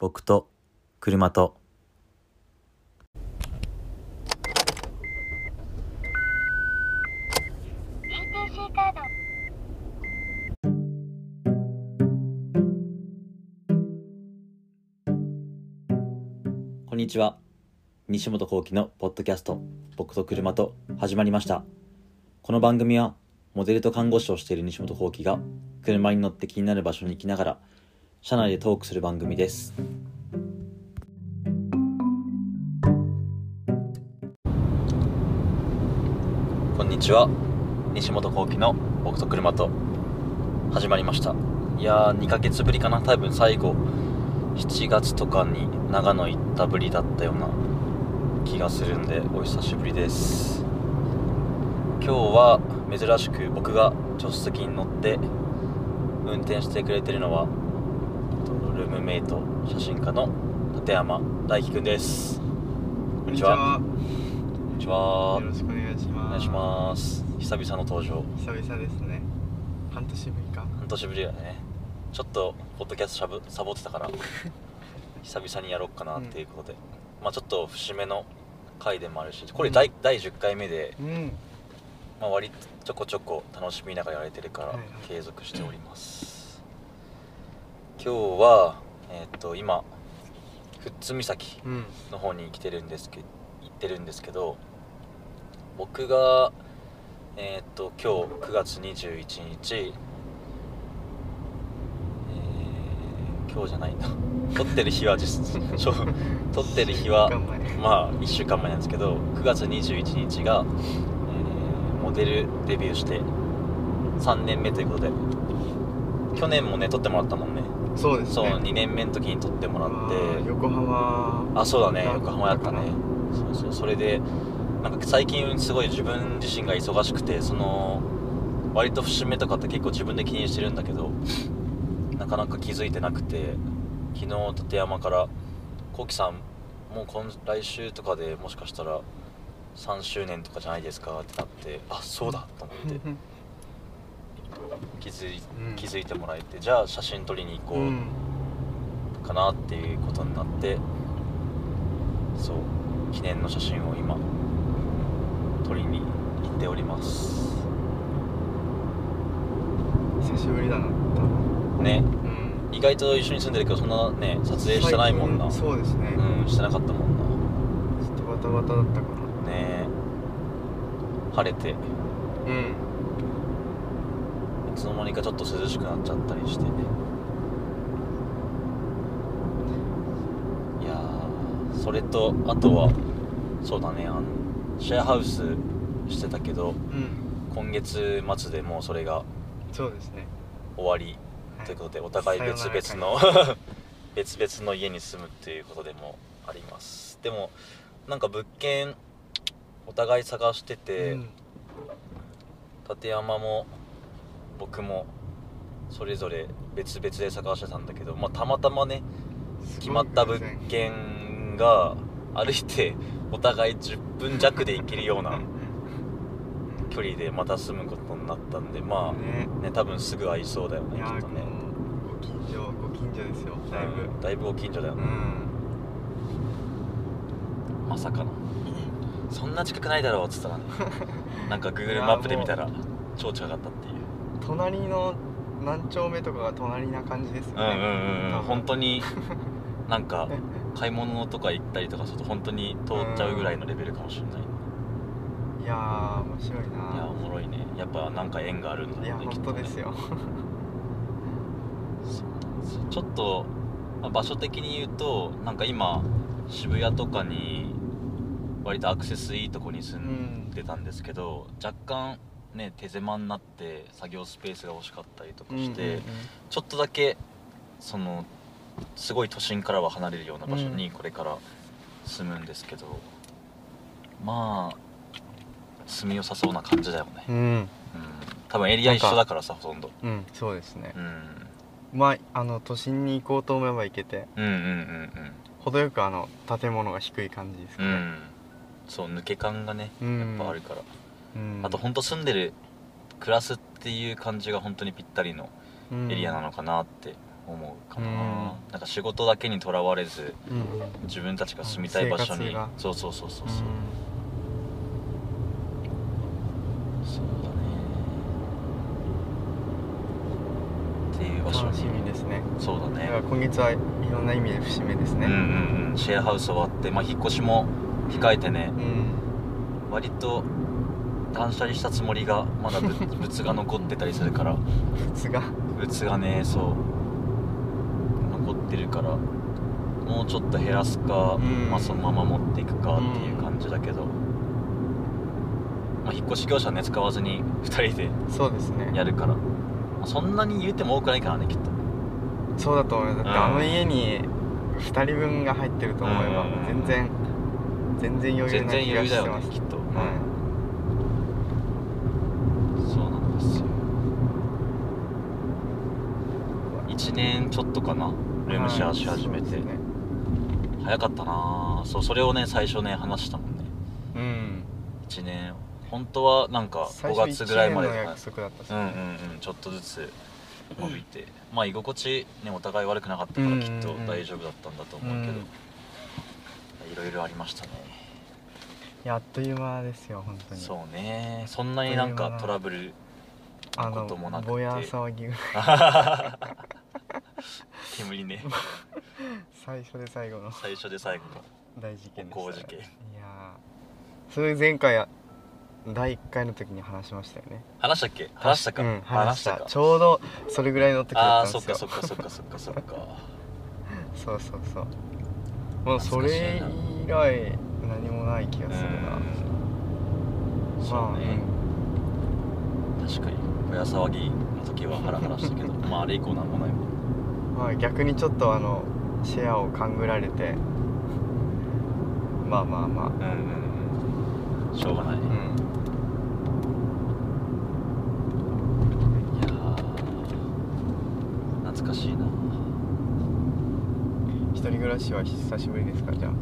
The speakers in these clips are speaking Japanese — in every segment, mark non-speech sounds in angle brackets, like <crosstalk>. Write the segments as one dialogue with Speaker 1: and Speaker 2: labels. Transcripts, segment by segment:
Speaker 1: 僕と車と
Speaker 2: カード
Speaker 1: こんにちは西本幸喜のポッドキャスト「僕と車と」始まりましたこの番組はモデルと看護師をしている西本幸喜が車に乗って気になる場所に行きながら車内でトークする番組ですこんにちは西本幸喜の「僕と車と」始まりましたいやー2ヶ月ぶりかな多分最後7月とかに長野行ったぶりだったような気がするんでお久しぶりです今日は珍しく僕が助手席に乗って運転してくれてるのはルームメイト写真家の立山大輝くんですこんにちは
Speaker 3: こんに
Speaker 1: こんにち
Speaker 3: ち
Speaker 1: は
Speaker 3: よろしくお願いし
Speaker 1: お
Speaker 3: ます。
Speaker 1: 願いします久々の登場
Speaker 3: す。久々ですね。半年ぶりか。
Speaker 1: 半年ぶりだねちょっとポッドキャストサボサボってたから
Speaker 3: <laughs>
Speaker 1: 久々にやろうかなっていうことで、まあちょっと節目の回でもあるしこれ第,、
Speaker 3: うん
Speaker 1: 第10回目で、
Speaker 3: うん。
Speaker 1: まあ、割とちょこちょこ楽しみながらやれてるか
Speaker 3: は
Speaker 1: ら
Speaker 3: いはい
Speaker 1: 継続しております、今日はえっ、と今富津岬
Speaker 3: うん。
Speaker 1: の方に来てるんですけ行ってるんですけど僕がえーっと今日9月21日、えー今日じゃないな <laughs> 撮ってる日は実 <laughs> そう撮ってる日は
Speaker 3: 一週間前
Speaker 1: まあ1週間前なんですけど9月21日が、えーモデルデビューして3年目ということで去年もね撮ってもらったもんね
Speaker 3: そうですね。
Speaker 1: そう2年目の時に撮ってもらって
Speaker 3: あー横浜。
Speaker 1: あそうだね
Speaker 3: なん
Speaker 1: 横浜やったね
Speaker 3: <laughs>
Speaker 1: そうそうそれでなんか最近すごい自分自身が忙しくてその割と節目とかって結構自分で気にしてるんだけどなかなか気づいてなくて昨日立山から「こうきさんもう今来週とかでもしかしたら3周年とかじゃないですか」ってなって「あそうだ」と思って
Speaker 3: <laughs> うん
Speaker 1: 気づい
Speaker 3: うん
Speaker 1: 気づいてもらえてじゃあ写真撮りに行こう
Speaker 3: うん。
Speaker 1: かなっていうことになってそう記念の写真を今撮りに行っております
Speaker 3: 久しぶりだな。多分
Speaker 1: ね
Speaker 3: うん。
Speaker 1: 意外と一緒に住んでるけどそんなね撮影してないもんな
Speaker 3: 最近そうですね。
Speaker 1: うんしてなかったもん
Speaker 3: ちょっとバタバタだったかな。
Speaker 1: なね晴れてい
Speaker 3: うん。
Speaker 1: つの間にかちょっと涼しくなっちゃったりしていやーそれとあとはそうだねあのシェアハウスしてたけど
Speaker 3: うん。
Speaker 1: 今月末でもうそれが
Speaker 3: そうですね。
Speaker 1: 終わり
Speaker 3: はい
Speaker 1: ということでお互い別々の
Speaker 3: さよなら
Speaker 1: <laughs> 別々の家に住むっていうことでもありますでもなんか物件お互い探してて、
Speaker 3: うん
Speaker 1: 立山も僕もそれぞれ別々で探してたんだけど、まあ、たまたまね決まった物件が歩いてお互い10分弱で行けるような距離でまた住むことになったんでま
Speaker 3: ね。
Speaker 1: あね多分すぐ会いそうだよ
Speaker 3: い
Speaker 1: ねき
Speaker 3: や
Speaker 1: っ
Speaker 3: ー
Speaker 1: とね。
Speaker 3: ご近所ご近所ですよ。だいぶ。
Speaker 1: だいぶご近所だよ
Speaker 3: う
Speaker 1: ね、
Speaker 3: ん。
Speaker 1: まさ
Speaker 3: <laughs>
Speaker 1: かのそんな近くないだろうっつったらねなんか Google マップで見たら超近かったっていう
Speaker 3: 隣の何丁目とかが隣な感じですよ
Speaker 1: う
Speaker 3: ね
Speaker 1: んうんうん
Speaker 3: 多分
Speaker 1: 本当
Speaker 3: <laughs>
Speaker 1: になんか買い物とか行ったりとかすると本当に通っちゃうぐらいのレベルかもしれない、
Speaker 3: いやー面白い
Speaker 1: いやお
Speaker 3: な
Speaker 1: もろいねやっぱなんか縁があるんだ
Speaker 3: いや
Speaker 1: ねきっ
Speaker 3: 本
Speaker 1: と
Speaker 3: 当
Speaker 1: ね
Speaker 3: ですよ
Speaker 1: そうなんですよちょっと、まあ場所的に言うとなんか今渋谷とかに割とアクセスいいとこに住んでたんですけど、若干ね手狭になって作業スペースが欲しかったりとかして、
Speaker 3: うんうんうん
Speaker 1: ちょっとだけそのすごい都心からは離れるような場所にこれから住むんですけど、まあ住みよさそうな感じだよね、
Speaker 3: うん
Speaker 1: うん、多分エリア一緒だからさほとんど、
Speaker 3: うんそうですね
Speaker 1: うん、
Speaker 3: まああの都心に行こうと思えば行けて
Speaker 1: うんうんうんうん
Speaker 3: 程よくあの建物が低い感じです
Speaker 1: う
Speaker 3: かね
Speaker 1: んそう抜け感がね
Speaker 3: うん
Speaker 1: やっぱあるから、
Speaker 3: うん
Speaker 1: あとほんと住んでる暮らすっていう感じが本当にぴったりのエリアなのかなって思うかな、
Speaker 3: うん
Speaker 1: なんか仕事だけにとらわれず
Speaker 3: うん
Speaker 1: 自分たちが住みたい場所
Speaker 3: 生
Speaker 1: に
Speaker 3: 活が
Speaker 1: そうそうそうそうそう、そうだねっていう場所
Speaker 3: 楽
Speaker 1: に
Speaker 3: しみですね
Speaker 1: そうだ
Speaker 3: だ
Speaker 1: ね
Speaker 3: から今月はいろんな意味で節目です
Speaker 1: うん
Speaker 3: ね
Speaker 1: うんうんシェアハウス終わってまあ引っ越しも控えてね
Speaker 3: うん
Speaker 1: 割と断捨離したつもりがまだぶ <laughs> 物が残ってたりするから
Speaker 3: 靴が
Speaker 1: 物がねそう残ってるからもうちょっと減らすか、
Speaker 3: うん
Speaker 1: まあ、そのまま持っていくかっていう感じだけど、まあ、引っ越し業者ね使わずに2人で
Speaker 3: そうですね
Speaker 1: やるから、まあそんなに言うても多くないからねきっと
Speaker 3: そうだと思うよだって
Speaker 1: うん
Speaker 3: あの家に2人分が入ってると思えば
Speaker 1: うん
Speaker 3: 全然全然余裕
Speaker 1: 全
Speaker 3: な
Speaker 1: 然
Speaker 3: 気
Speaker 1: 余
Speaker 3: が
Speaker 1: 裕
Speaker 3: し
Speaker 1: だ
Speaker 3: て
Speaker 1: よ
Speaker 3: ま
Speaker 1: ね
Speaker 3: す
Speaker 1: きっと、
Speaker 3: は
Speaker 1: そうなんですよ1年ちょっとかなルームシェアし始めて、
Speaker 3: はいそうですね
Speaker 1: 早かったなあそうそれをね最初ね話したもんね
Speaker 3: うん
Speaker 1: 1年本当はなんか
Speaker 3: 最
Speaker 1: 5
Speaker 3: 初
Speaker 1: 月ぐらいまで
Speaker 3: 一
Speaker 1: と
Speaker 3: 年
Speaker 1: か
Speaker 3: の約束だったっす
Speaker 1: うんうんうんちょっとずつ伸びて、まあ居心地ねお互い悪くなかったから
Speaker 3: うん
Speaker 1: きっと
Speaker 3: うんうん
Speaker 1: 大丈夫だったんだと思うけど、
Speaker 3: うん
Speaker 1: いろいろありましたね
Speaker 3: いやあっという間ですよ本当に
Speaker 1: そうねそんなになんかトラブル <laughs>
Speaker 3: あ
Speaker 1: こともな
Speaker 3: の
Speaker 1: くて
Speaker 3: ぼや騒ぎが <laughs>
Speaker 1: 煙ね
Speaker 3: 最初で最後の
Speaker 1: 最初で最後が
Speaker 3: 大事件で
Speaker 1: 高
Speaker 3: し
Speaker 1: 事
Speaker 3: た
Speaker 1: 件
Speaker 3: ねいやーそれ前回や第1回の時に話しましたよね
Speaker 1: 話したっけ話したか、
Speaker 3: うん、話した
Speaker 1: か
Speaker 3: ちょうどそれぐらいの時だ
Speaker 1: ああ
Speaker 3: ったん
Speaker 1: そ
Speaker 3: で
Speaker 1: っ
Speaker 3: すよ
Speaker 1: かそっかそっかそっかそっか
Speaker 3: そうそうそうもうそ
Speaker 1: 懐かしい
Speaker 3: れ
Speaker 1: な
Speaker 3: 以来何もない気
Speaker 1: う
Speaker 3: が
Speaker 1: ん
Speaker 3: するなまあ
Speaker 1: そうね、
Speaker 3: うん
Speaker 1: 確かに親騒ぎの時はハラハラしたけどまああれ以降なんもないもん
Speaker 3: まあ逆にちょっとあのシェアを勘ぐられてまあまあま
Speaker 1: うんうんうんしょうがない、
Speaker 3: あう
Speaker 1: い
Speaker 3: ん
Speaker 1: やー懐かしいな
Speaker 3: 一人暮らしは久しぶりですかじゃあ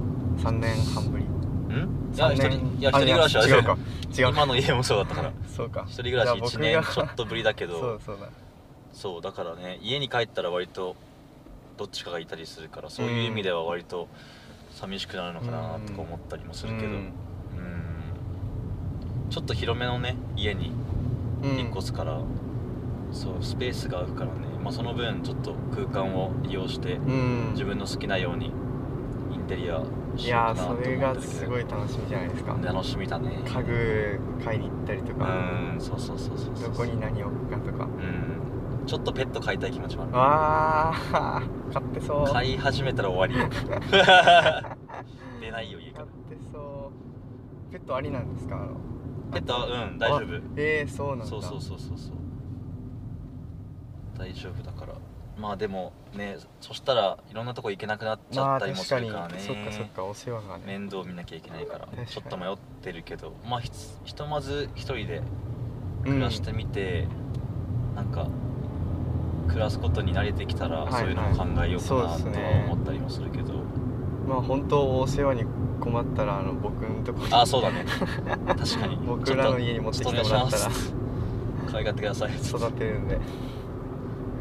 Speaker 3: 3年半ぶり
Speaker 1: うんいや
Speaker 3: 三
Speaker 1: 一
Speaker 3: 年
Speaker 1: 人いや一
Speaker 3: あ
Speaker 1: 人暮らしは
Speaker 3: 違
Speaker 1: <laughs>
Speaker 3: うか違うか
Speaker 1: 今の家もそうだったから
Speaker 3: そうか
Speaker 1: 一人暮らし1年ちょっ
Speaker 3: と
Speaker 1: とぶりだけど
Speaker 3: <laughs> そうそうだ
Speaker 1: そうだからね家に帰ったら割とどっちかがいたりするからそういう意味では割と寂しくなるのかなとか思ったりもするけど
Speaker 3: う
Speaker 1: うん
Speaker 3: ん
Speaker 1: ちょっと広めのね家に
Speaker 3: うん
Speaker 1: 引っ越すから、そうスペースが空くからね、まあ、その分ちょっと空間を利用して
Speaker 3: うん
Speaker 1: 自分の好きなようにインテリア
Speaker 3: い
Speaker 1: しよ
Speaker 3: や
Speaker 1: うかなと思っ
Speaker 3: ーそ
Speaker 1: て
Speaker 3: れ
Speaker 1: る
Speaker 3: が
Speaker 1: け
Speaker 3: す
Speaker 1: ど
Speaker 3: ごい楽しみじゃないですか
Speaker 1: 楽しみだね
Speaker 3: 家具買いに行ったりと
Speaker 1: う
Speaker 3: か
Speaker 1: んそうそうそうそうそう
Speaker 3: どこに何を置くかとか
Speaker 1: うんちょっとペット飼いたい気持ちもある
Speaker 3: わあ買ってそう
Speaker 1: 買い始めたら終
Speaker 3: <laughs>
Speaker 1: わりよ出ないよ家から
Speaker 3: 買ってそうペットありなんですかあの
Speaker 1: ペットはうん大丈夫
Speaker 3: えー、そうなんだ
Speaker 1: そうそうそうそうそう大丈夫だからまあでもねそしたらいろんなとこ行けなくなっち
Speaker 3: ま
Speaker 1: ゃ
Speaker 3: あ
Speaker 1: ったりも
Speaker 3: 確
Speaker 1: す
Speaker 3: か
Speaker 1: る
Speaker 3: に
Speaker 1: からね、
Speaker 3: そっかそっかお世話がね
Speaker 1: 面倒見なきゃいけないから
Speaker 3: 確かに
Speaker 1: ちょっと迷ってるけどまあひつひとまず一人で
Speaker 3: うん
Speaker 1: 暮らしてみて、なんか暮らすことに慣れてきたら、
Speaker 3: はい
Speaker 1: そういうのも考えようか
Speaker 3: はい
Speaker 1: な
Speaker 3: そう
Speaker 1: と
Speaker 3: ですね
Speaker 1: は思ったりもするけど、
Speaker 3: まあ本当お世話に困ったらあの僕のとこに
Speaker 1: ああそうだね
Speaker 3: <laughs>
Speaker 1: 確かに
Speaker 3: 僕らの家に持ってきてもらったら
Speaker 1: ちょっとお願いし
Speaker 3: <laughs>
Speaker 1: ます可愛がってください
Speaker 3: 育てるんで、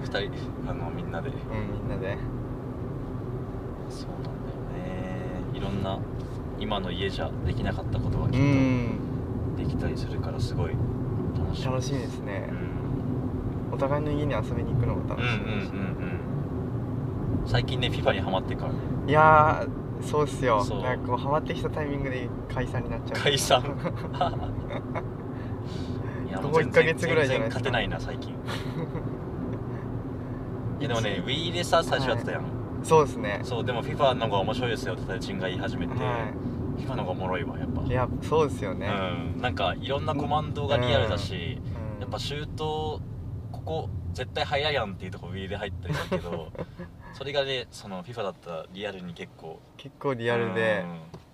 Speaker 1: 二人あのみんなで
Speaker 3: うん、みんなで
Speaker 1: そうなんだよねいろんな今の家じゃできなかったことがき
Speaker 3: う
Speaker 1: っ
Speaker 3: ん
Speaker 1: とできたりするからすごい楽しい
Speaker 3: 楽しみですね
Speaker 1: うん
Speaker 3: お互いの家に遊びに行くのも
Speaker 1: うんう
Speaker 3: 楽
Speaker 1: ん
Speaker 3: しみだし、
Speaker 1: うんうん最近ね FIFA にハマってからね
Speaker 3: いやーそうっすよ
Speaker 1: そう
Speaker 3: なんかこうハマってきたタイミングで解散になっちゃう
Speaker 1: 解 <laughs> 散いやもう
Speaker 3: ここ一ヶ月ぐらいじゃな
Speaker 1: 全然
Speaker 3: い
Speaker 1: 勝てないな最近 <laughs> いやでもね Wii でさ最初やってたやん、
Speaker 3: そうですね
Speaker 1: そうでも FIFA の方が面白いですよってタイチンが言い始めて、
Speaker 3: は
Speaker 1: FIFA の方がおもろいわやっぱ
Speaker 3: いいやそうですよね、
Speaker 1: うん、なんかいろんなコマンドがリアルだし、
Speaker 3: うん
Speaker 1: やっぱシュートここ絶対速いやんっていうとこ Wii で入ったりしたけ
Speaker 3: <laughs>
Speaker 1: どそれがねその FIFA だったらリアルに結構
Speaker 3: 結構リアルで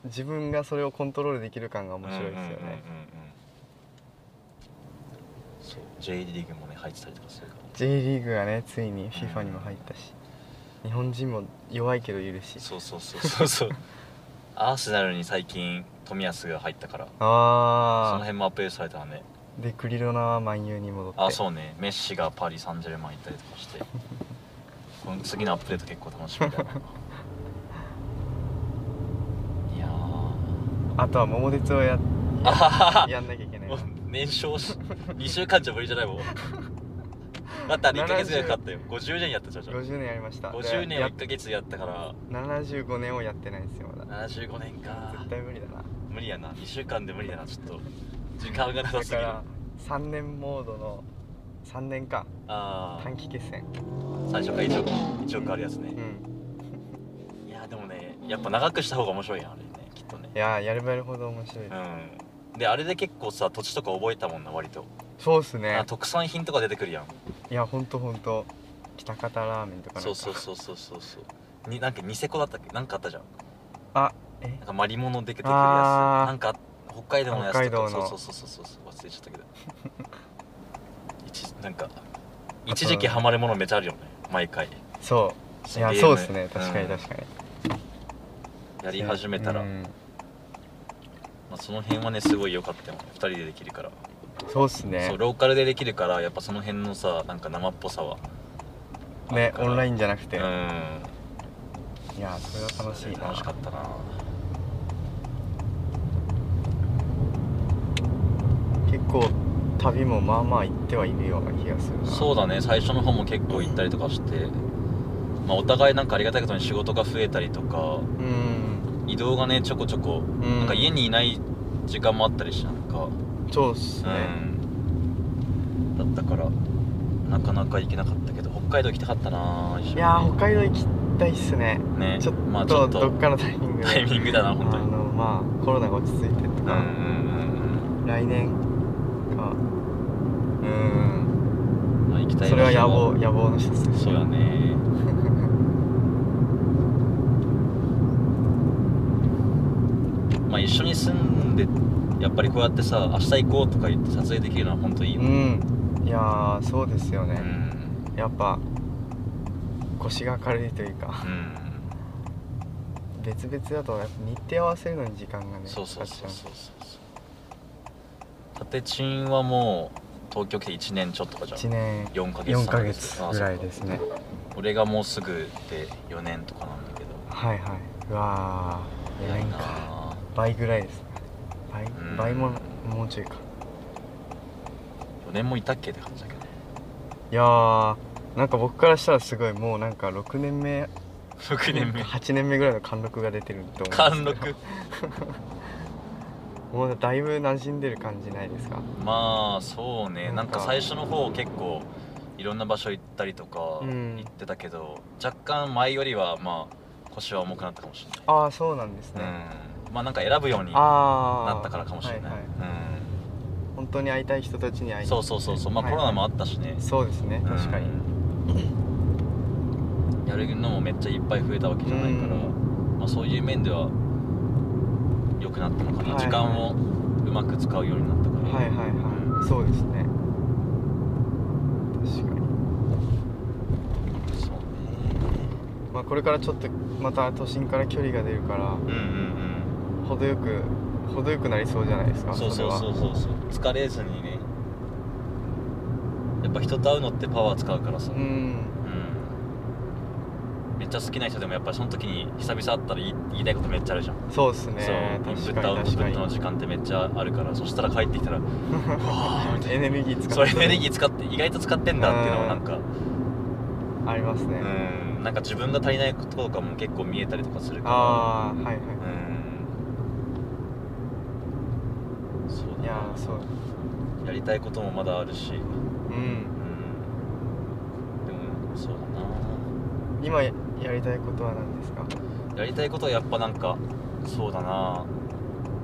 Speaker 1: うん
Speaker 3: 自分がそれをコントロールできる感が面白いですよ
Speaker 1: うんうんうんうん
Speaker 3: ね
Speaker 1: そう J リーグもね入ってたりとかするから
Speaker 3: <laughs> J リーグがねついに FIFA にも入ったし日本人も弱いけどいるし
Speaker 1: そうそうそうそうそ
Speaker 3: <laughs>
Speaker 1: うアーセナルに最近冨安が入ったからその
Speaker 3: あ
Speaker 1: 辺もアップデートされたらね
Speaker 3: あでクリロナは万有に戻って
Speaker 1: あそうねメッシがパリ・サンジェルマン行ったりとかしてこの次のアップデート結構楽しみだ <laughs> ないや
Speaker 3: あとは桃鉄をや
Speaker 1: <laughs> ーあはは
Speaker 3: やんなきゃいけない
Speaker 1: も
Speaker 3: な
Speaker 1: う燃焼し2週間じゃ無理じゃないもんだってあれ1ヶ月ぐらいかかったよ50年やったじゃんじゃん
Speaker 3: 50年やりました
Speaker 1: 50年を
Speaker 3: や
Speaker 1: 1ヶ月やったから
Speaker 3: 75年をやってないんですよまだ
Speaker 1: 75年か
Speaker 3: 絶対無理だな
Speaker 1: 無理やな2週間で無理だなちょっと時間がなさ
Speaker 3: だ
Speaker 1: すぎ
Speaker 3: か
Speaker 1: る
Speaker 3: ら
Speaker 1: あ
Speaker 3: 3年モードの3年間
Speaker 1: あ
Speaker 3: 短期決戦
Speaker 1: ー最初から1億1億あるやつね
Speaker 3: うん
Speaker 1: いやでもねやっぱ長くした方が面白いやんあれねきっとね
Speaker 3: いやーやればやるほど面白い、
Speaker 1: うんであれで結構さ土地とか覚えたもんな割と、
Speaker 3: そうっすね
Speaker 1: あ特産品とか出てくるやん
Speaker 3: いやほんとほんと北方ラーメンとかなんか
Speaker 1: そうそうそうそうそうそうになんかニセコだったっけなんかあったじゃん
Speaker 3: あえ
Speaker 1: なんかマリモの出てくるやつ
Speaker 3: あー
Speaker 1: なんか北海道のやつとか
Speaker 3: 北海道の
Speaker 1: そうそうそうそうそう忘れちゃった
Speaker 3: <laughs>
Speaker 1: けど一なんか一時期ハマるものめちゃあるよね毎回
Speaker 3: そ
Speaker 1: いう
Speaker 3: いやそうっすね確かに確かに、
Speaker 1: にやり始めたら、
Speaker 3: うん
Speaker 1: まあ、その辺はねすごい良かったよ2人でできるから、
Speaker 3: そうっす
Speaker 1: そう
Speaker 3: ね
Speaker 1: ローカルでできるからやっぱその辺のさなんか生っぽさは
Speaker 3: ねオンラ
Speaker 1: イン
Speaker 3: インじゃなくて、
Speaker 1: う
Speaker 3: い
Speaker 1: ん
Speaker 3: やーそれは楽しいな
Speaker 1: 楽しかったな
Speaker 3: 結構旅もまあまあ行ってはいるような気がするな
Speaker 1: そうだね最初の方も結構行ったりとかして、まあ、お互いなんかありがたいことに仕事が増えたりとか
Speaker 3: うん
Speaker 1: 移動がねちょこちょこ、
Speaker 3: うん
Speaker 1: なんか家にいない時間もあったりしなんか、
Speaker 3: そうっすね、
Speaker 1: うんだったからなかなか行けなかったけど北海道行きたかったな一緒に
Speaker 3: いやー北海道行きたいっすね
Speaker 1: ね
Speaker 3: ちょっと,、
Speaker 1: まあちょっ
Speaker 3: ど
Speaker 1: と
Speaker 3: っかのタイミングで
Speaker 1: タイミングだな本当
Speaker 3: あ
Speaker 1: に
Speaker 3: のまあコロナが落ち着いてと
Speaker 1: うんう
Speaker 3: か、
Speaker 1: ん
Speaker 3: 来年かうん
Speaker 1: うんまあ行きたい
Speaker 3: それは
Speaker 1: 場
Speaker 3: 野
Speaker 1: 所
Speaker 3: 望
Speaker 1: も
Speaker 3: 野望の一つです
Speaker 1: そうやねまあ一緒に住んでやっぱりこうやってさ明日行こうとか言って撮影できるのは本当いいうよね
Speaker 3: んいやーそうですよ
Speaker 1: う
Speaker 3: ね、
Speaker 1: ん
Speaker 3: やっぱ腰が軽いというか
Speaker 1: うん
Speaker 3: 別々だとやっぱ日程合わせるのに時間がね
Speaker 1: そうそう
Speaker 3: か
Speaker 1: そ
Speaker 3: か
Speaker 1: う
Speaker 3: っちゃ
Speaker 1: そうそう立ちんはもう東京来て1年ちょっとかじゃ
Speaker 3: 1
Speaker 1: ん
Speaker 3: 年
Speaker 1: 4ヶ月
Speaker 3: 4ヶ
Speaker 1: 3
Speaker 3: 月
Speaker 1: ああ
Speaker 3: ぐらい
Speaker 1: そう
Speaker 3: で
Speaker 1: か
Speaker 3: すね
Speaker 1: 俺がもうすぐで4年とかなんだけど
Speaker 3: はいはいうわー4
Speaker 1: 早い
Speaker 3: 年
Speaker 1: な
Speaker 3: か
Speaker 1: あ
Speaker 3: 倍ぐらいですね倍
Speaker 1: ん
Speaker 3: 倍ももうちょいか
Speaker 1: 4年もいたっけって感じだけどね
Speaker 3: いやーなんか僕からしたらすごいもうなんか6年目
Speaker 1: 6年目
Speaker 3: 8年目ぐらいの貫禄が出てると思うん
Speaker 1: 貫
Speaker 3: ですけど
Speaker 1: 禄
Speaker 3: もうだいぶ馴染んでる感じないですか
Speaker 1: まあそうね
Speaker 3: な
Speaker 1: なんん
Speaker 3: か
Speaker 1: か最初の方結構いろんな場所行ったりとか
Speaker 3: うん
Speaker 1: 行ってたけど、若干前よりはまあ腰は重くなったかもしれない
Speaker 3: ああそうなんですね、
Speaker 1: うん、まあなんか選ぶようにな
Speaker 3: ああ
Speaker 1: ったからかもしれない、
Speaker 3: はいはい
Speaker 1: うん
Speaker 3: 本当に会いたい人たちに会い
Speaker 1: そうそうそうそうまあ、
Speaker 3: はい
Speaker 1: コロナもあったしね
Speaker 3: そうですね確かに、
Speaker 1: うんやるのもめっちゃいっぱい増えたわけじゃないから、
Speaker 3: うん
Speaker 1: まあ、そういう面では良くなったのかな、
Speaker 3: はい
Speaker 1: 時間をうまく使うようになったから、
Speaker 3: はいはいはいそうですね確かに
Speaker 1: そうね
Speaker 3: まあこれからちょっとまた都心から距離が出るから
Speaker 1: うんうん
Speaker 3: 程よく程よくなりそうじゃないです
Speaker 1: う
Speaker 3: か
Speaker 1: んそうそうそうそうそう疲れずにねやっぱ人と会うのってパワー使うからさ、
Speaker 3: れはうん
Speaker 1: うんめっちゃ好きな人でもやっぱりその時に久々会ったら言い言いたいことめっちゃあるじゃん
Speaker 3: そうですね
Speaker 1: そうインプ
Speaker 3: 確
Speaker 1: ットアウ
Speaker 3: かに
Speaker 1: ト
Speaker 3: 確
Speaker 1: プ
Speaker 3: か
Speaker 1: ッ
Speaker 3: に
Speaker 1: トの時間ってめっちゃあるからそしたら帰ってきたらうわーみた
Speaker 3: エ
Speaker 1: い
Speaker 3: ネルギー使
Speaker 1: な
Speaker 3: <laughs> って
Speaker 1: そうエネルギー使って意外と使ってんだっていうのもなんか
Speaker 3: ありますね、
Speaker 1: うんなんか自分が足りないこととかも結構見えたりとかするか
Speaker 3: ああはいはい
Speaker 1: らうんそう
Speaker 3: いや
Speaker 1: だ
Speaker 3: ーそう
Speaker 1: なやりたいこともまだあるしうん
Speaker 3: うん
Speaker 1: でもそうだ
Speaker 3: 今ややりたいことは何ですか
Speaker 1: なやりたいことはやっぱなんかそうだな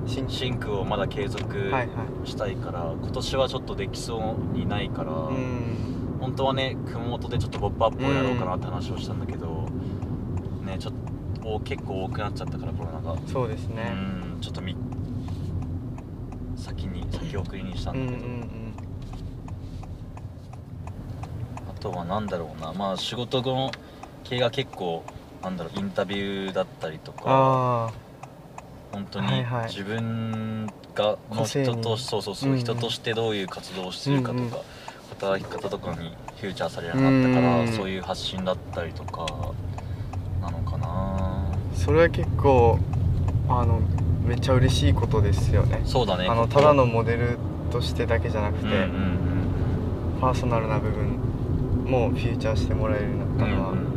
Speaker 3: 新規
Speaker 1: シンクをまだ継続
Speaker 3: はいはい
Speaker 1: したいから、今年はちょっとできそうにないから、
Speaker 3: うん
Speaker 1: 本当はね熊本でちょっと「ポップアップをやろうかなって話をしたんだけど、ねちょっとお結構多くなっちゃったからコロナが、
Speaker 3: そうですね
Speaker 1: うんちょっとみ先に先送りにした
Speaker 3: うん
Speaker 1: ん
Speaker 3: うん
Speaker 1: だ
Speaker 3: う
Speaker 1: けど、
Speaker 3: ん
Speaker 1: あとは何だろうなまあ仕事の系が結構なんだろうインタビューだったりとか
Speaker 3: あ
Speaker 1: 本当に
Speaker 3: はいはい
Speaker 1: 自分がの
Speaker 3: 個性
Speaker 1: 人
Speaker 3: に
Speaker 1: とそうそうそう、
Speaker 3: うんうん
Speaker 1: 人としてどういう活動をしてるかとか、
Speaker 3: うんうん
Speaker 1: 働き方とかにフューチャーされなかったから
Speaker 3: うん
Speaker 1: そういう発信だったりとかなのかな
Speaker 3: それは結構あのめっちゃ嬉しいことですよね
Speaker 1: そうだね
Speaker 3: あのただのモデルとしてだけじゃなく
Speaker 1: う
Speaker 3: て、
Speaker 1: んうんうん
Speaker 3: パーソナルな部分もフューチャーしてもらえるようになったのは、
Speaker 1: うん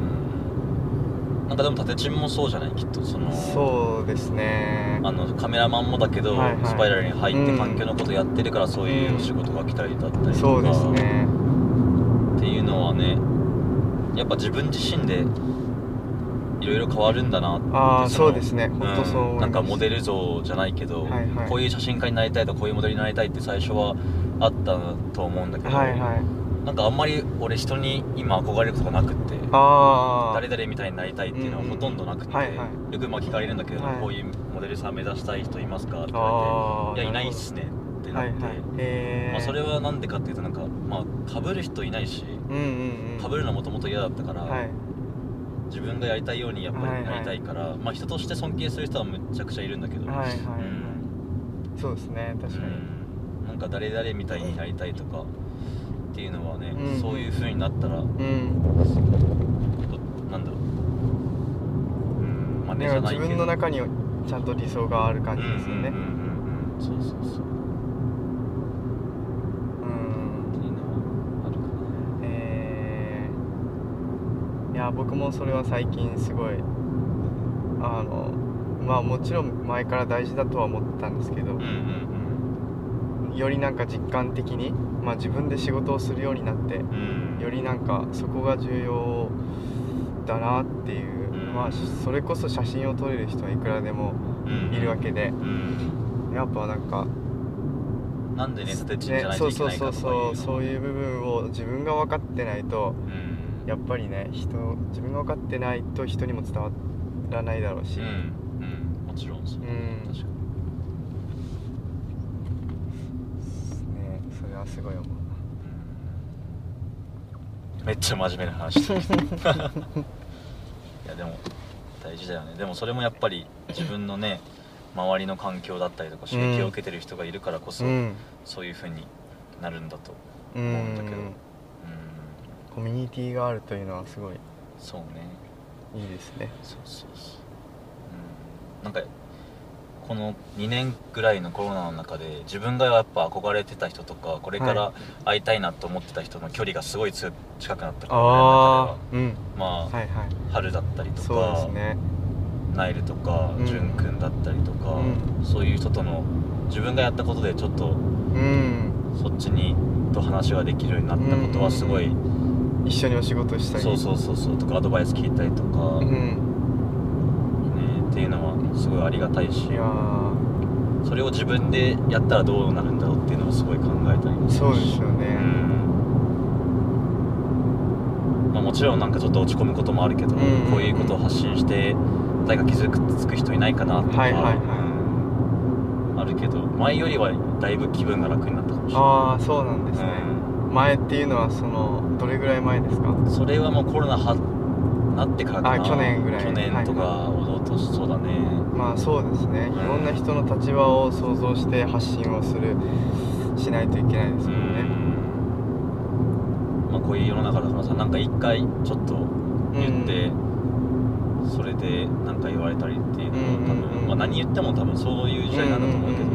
Speaker 1: なんかでも縦陣もそうじゃないきっとその
Speaker 3: そうですね
Speaker 1: あのカメラマンもだけど、
Speaker 3: はいはい
Speaker 1: スパイラルに入っ
Speaker 3: う
Speaker 1: て
Speaker 3: ん
Speaker 1: 環境のことやってるから、そういうお仕事が来たりだったりとか
Speaker 3: そうですね
Speaker 1: っていうのはねやっぱ自分自身でいろいろ変わるんだなって
Speaker 3: ああ
Speaker 1: の
Speaker 3: そうですね本当そう思いま
Speaker 1: ん、
Speaker 3: す、
Speaker 1: なんかモデル像じゃないけど、
Speaker 3: はいはい
Speaker 1: こういう写真家になりたいとかこういうモデルになりたいって最初はあったと思うんだけど、
Speaker 3: はいはい
Speaker 1: なんかあんまり俺人に今憧れることがなくって
Speaker 3: ああ
Speaker 1: 誰々みたいになりたいっていうのはほとんどなくて、
Speaker 3: うんはいはい
Speaker 1: よくまあ聞かれるんだけど、
Speaker 3: はい
Speaker 1: こういうモデルさん目指したい人いますかって言わ
Speaker 3: あ
Speaker 1: れ
Speaker 3: あ
Speaker 1: て「いやいないっ
Speaker 3: っ
Speaker 1: す
Speaker 3: ね
Speaker 1: ね」ってな
Speaker 3: は
Speaker 1: っ
Speaker 3: い
Speaker 1: て、
Speaker 3: はいへえ
Speaker 1: まあ、それはなんでかっていうとなんかまあ被る人いないし
Speaker 3: うんうんうん
Speaker 1: 被るのもともと嫌だったから、
Speaker 3: はい
Speaker 1: 自分がやりたいようにやっぱりなりたいから、まあ人として尊敬する人はむちゃくちゃいるんだけど、
Speaker 3: はいはいはい、
Speaker 1: うん
Speaker 3: そうですね確かに、
Speaker 1: うんなんか誰々みたいになりたいとかっていうのはね、
Speaker 3: うん
Speaker 1: そういう風になったらこ
Speaker 3: うん、
Speaker 1: なんだろう、うん、真似じ
Speaker 3: だか
Speaker 1: ゃ
Speaker 3: ら
Speaker 1: ないけ
Speaker 3: 自
Speaker 1: ど
Speaker 3: 分の中にちゃんと理想がある感じですよね
Speaker 1: うんうんうんうん、そうそうそう
Speaker 3: うん
Speaker 1: っていうのはあるかな
Speaker 3: えーいや僕もそれは最近すごいあのまあもちろん前から大事だとは思ってたんですけ
Speaker 1: う
Speaker 3: ど
Speaker 1: んうん
Speaker 3: よりなんか実感的に、まあ、自分で仕事をするようになって
Speaker 1: うんうん
Speaker 3: よりなんかそこが重要だなっていう、
Speaker 1: うん
Speaker 3: まあそれこそ写真を撮れる人はいくらでもいるわけで
Speaker 1: うん
Speaker 3: やっぱなんか、
Speaker 1: なんでね立てちんじゃ
Speaker 3: ね
Speaker 1: ないと
Speaker 3: そう
Speaker 1: いけ
Speaker 3: そう
Speaker 1: ない
Speaker 3: そ
Speaker 1: か
Speaker 3: う
Speaker 1: と
Speaker 3: そう
Speaker 1: か
Speaker 3: そういう部分を自分が分かってない
Speaker 1: う
Speaker 3: と
Speaker 1: うん
Speaker 3: やっぱりね人自分が分かってないと人にも伝わらないだろうし、
Speaker 1: うんうんもちろんそう、
Speaker 3: うん
Speaker 1: 確かに
Speaker 3: ねそれはすごい思う
Speaker 1: めっちゃ真面目な
Speaker 3: <laughs>
Speaker 1: 話してるいやでも大事だよねでもそれもやっぱり自分のね周りの環境だったりとか刺激を受けてる人がいるからこそ、
Speaker 3: ん
Speaker 1: そういう風になるんだと
Speaker 3: う
Speaker 1: 思うんだけど
Speaker 3: ん
Speaker 1: うん
Speaker 3: コミュニティがあるというのはすごい
Speaker 1: そうね
Speaker 3: いいですね
Speaker 1: そうそうそう、うん、なんかこの2年ぐらいのコロナの中で自分がやっぱ憧れてた人とかこれから会いたいなと思ってた人の距離がすごいつ近くなったから、
Speaker 3: ああうん
Speaker 1: 俺の中ではまあ、
Speaker 3: はいはい
Speaker 1: 春だったりと
Speaker 3: そうで
Speaker 1: か、
Speaker 3: すね
Speaker 1: ナイルとか、
Speaker 3: うん
Speaker 1: ジュン君だったりとか、
Speaker 3: う
Speaker 1: そういう人との自分がやったことでちょっと
Speaker 3: うん
Speaker 1: そっちにと話ができるようになったことはすごい、
Speaker 3: 一緒にお仕事したり
Speaker 1: そうそうそうそうとかアドバイス聞いたりとか、
Speaker 3: う
Speaker 1: ね
Speaker 3: ん
Speaker 1: っていうのはすごいありがたいし
Speaker 3: いやー
Speaker 1: それを自分でやったらどうなるんだろうっていうのをすごい考えたりもす
Speaker 3: そ
Speaker 1: る
Speaker 3: う
Speaker 1: し
Speaker 3: ですよ
Speaker 1: う
Speaker 3: ね
Speaker 1: んまあ、もちろんなんかちょっと落ち込むこともあるけど、
Speaker 3: うんうんうん
Speaker 1: こういうことを発信して誰か気づくつく人いないかなとか、
Speaker 3: はいはいはい
Speaker 1: うんあるけど前よりはだいぶ気分が楽になったかもしれない
Speaker 3: ああそうなんですね前っていうのはそのどれぐらい前ですか
Speaker 1: うんそれはもうコロナはなってからかな
Speaker 3: あ去年ぐらい
Speaker 1: 去年とかおととしそうだね、
Speaker 3: まあそうですねいろんな人の立場を想像して発信をするしないといけないですもんね
Speaker 1: うんまあ、こういう世の中だからさなんか一回ちょっと言って、それで何か言われたりっていうのは多分、
Speaker 3: うんうんうん
Speaker 1: まあ、何言っても多分そういう時代なんだと思うけど、
Speaker 3: ん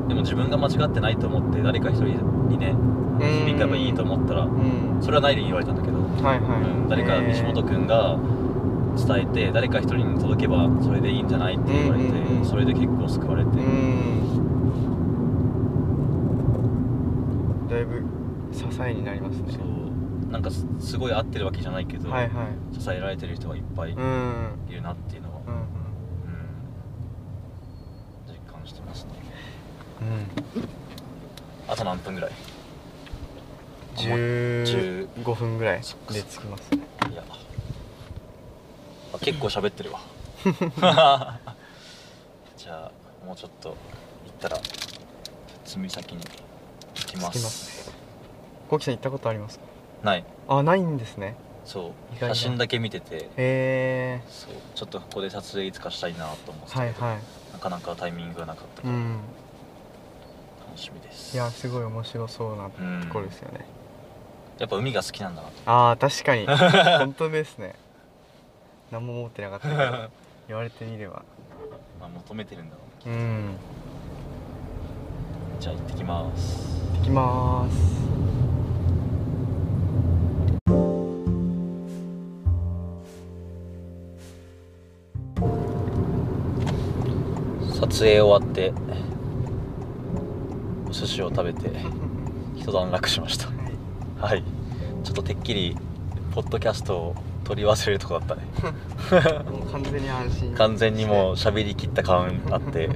Speaker 3: んん
Speaker 1: でも自分が間違ってないと思って誰か一人にね響けばいいと思ったら
Speaker 3: うん
Speaker 1: それはないで言われたんだけど、
Speaker 3: はいはい、
Speaker 1: うん誰か西本君が伝えて誰か一人に届けばそれでいいんじゃないって言われて、
Speaker 3: うんうんうん
Speaker 1: それで結構救われて、
Speaker 3: えーうんだいぶ支えになりますね
Speaker 1: そうなんかすすごい合ってるわけじゃないけど、
Speaker 3: はいはい
Speaker 1: 支えられてる人がいっぱい
Speaker 3: うんうん
Speaker 1: いるなっていうのは、
Speaker 3: うん
Speaker 1: うん実感してますね
Speaker 3: うん
Speaker 1: あと何分ぐらい
Speaker 3: 15分ぐらい
Speaker 1: そっか
Speaker 3: で着きますね
Speaker 1: いやあ結構喋って
Speaker 3: <laughs>
Speaker 1: るわじゃあもうちょっと行ったらつみ先に行きます
Speaker 3: 着きますコウキさん行ったことありますか
Speaker 1: ない
Speaker 3: あないんですね
Speaker 1: そう
Speaker 3: 意外
Speaker 1: 写
Speaker 3: だ
Speaker 1: 真だけ見てて
Speaker 3: へえ
Speaker 1: そうちょっとここで撮影いつかしたいなと思ってた
Speaker 3: ー、は
Speaker 1: け
Speaker 3: い
Speaker 1: ど、
Speaker 3: はい
Speaker 1: なかなかタイミングがなかったか
Speaker 3: う
Speaker 1: ら
Speaker 3: ん
Speaker 1: 楽しみです
Speaker 3: いやすごい面白そうなと
Speaker 1: うん
Speaker 3: ころですよね、
Speaker 1: うんやっぱ海が好きなんだなと
Speaker 3: ああ確かに
Speaker 1: <laughs>
Speaker 3: 本当ですね何も思ってなかったけど言われてみれば
Speaker 1: まあ求めてるんだろう
Speaker 3: うん
Speaker 1: なじゃあ行ってきます
Speaker 3: 行ってきまーす
Speaker 1: <laughs> 撮影終わってお寿司を食べて一段落しましたはいちょっとてっきりポッドキャストを取り忘れるとこだったね
Speaker 3: もう完全に安心
Speaker 1: 完全にもう喋りきった感あ
Speaker 3: <laughs>
Speaker 1: って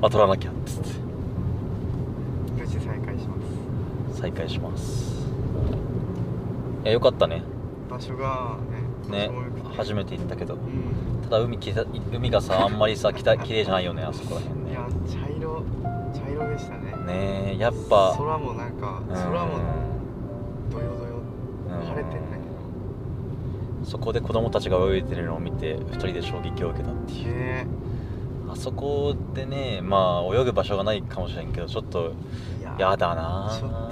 Speaker 1: まあ撮らなきゃっつって
Speaker 3: 無事再開します
Speaker 1: 再開しますいやよかったね
Speaker 3: 場所がね
Speaker 1: ね初めて行ったけど
Speaker 3: うん
Speaker 1: ただ海きた海がさあんまりさきた綺麗じゃないよねあそこら辺
Speaker 3: い
Speaker 1: ね
Speaker 3: や茶色茶色でしたね
Speaker 1: ねえやっぱ
Speaker 3: 空もなんか
Speaker 1: うん
Speaker 3: 空もどよどよ
Speaker 1: うん
Speaker 3: 晴れてんだけど
Speaker 1: そこで子供たちが泳いでるのを見て2人で衝撃を受けたっていう
Speaker 3: ね
Speaker 1: あそこでねまあ泳ぐ場所がないかもしれんけどちょっと
Speaker 3: いや
Speaker 1: やだなあ
Speaker 3: ちょっとなん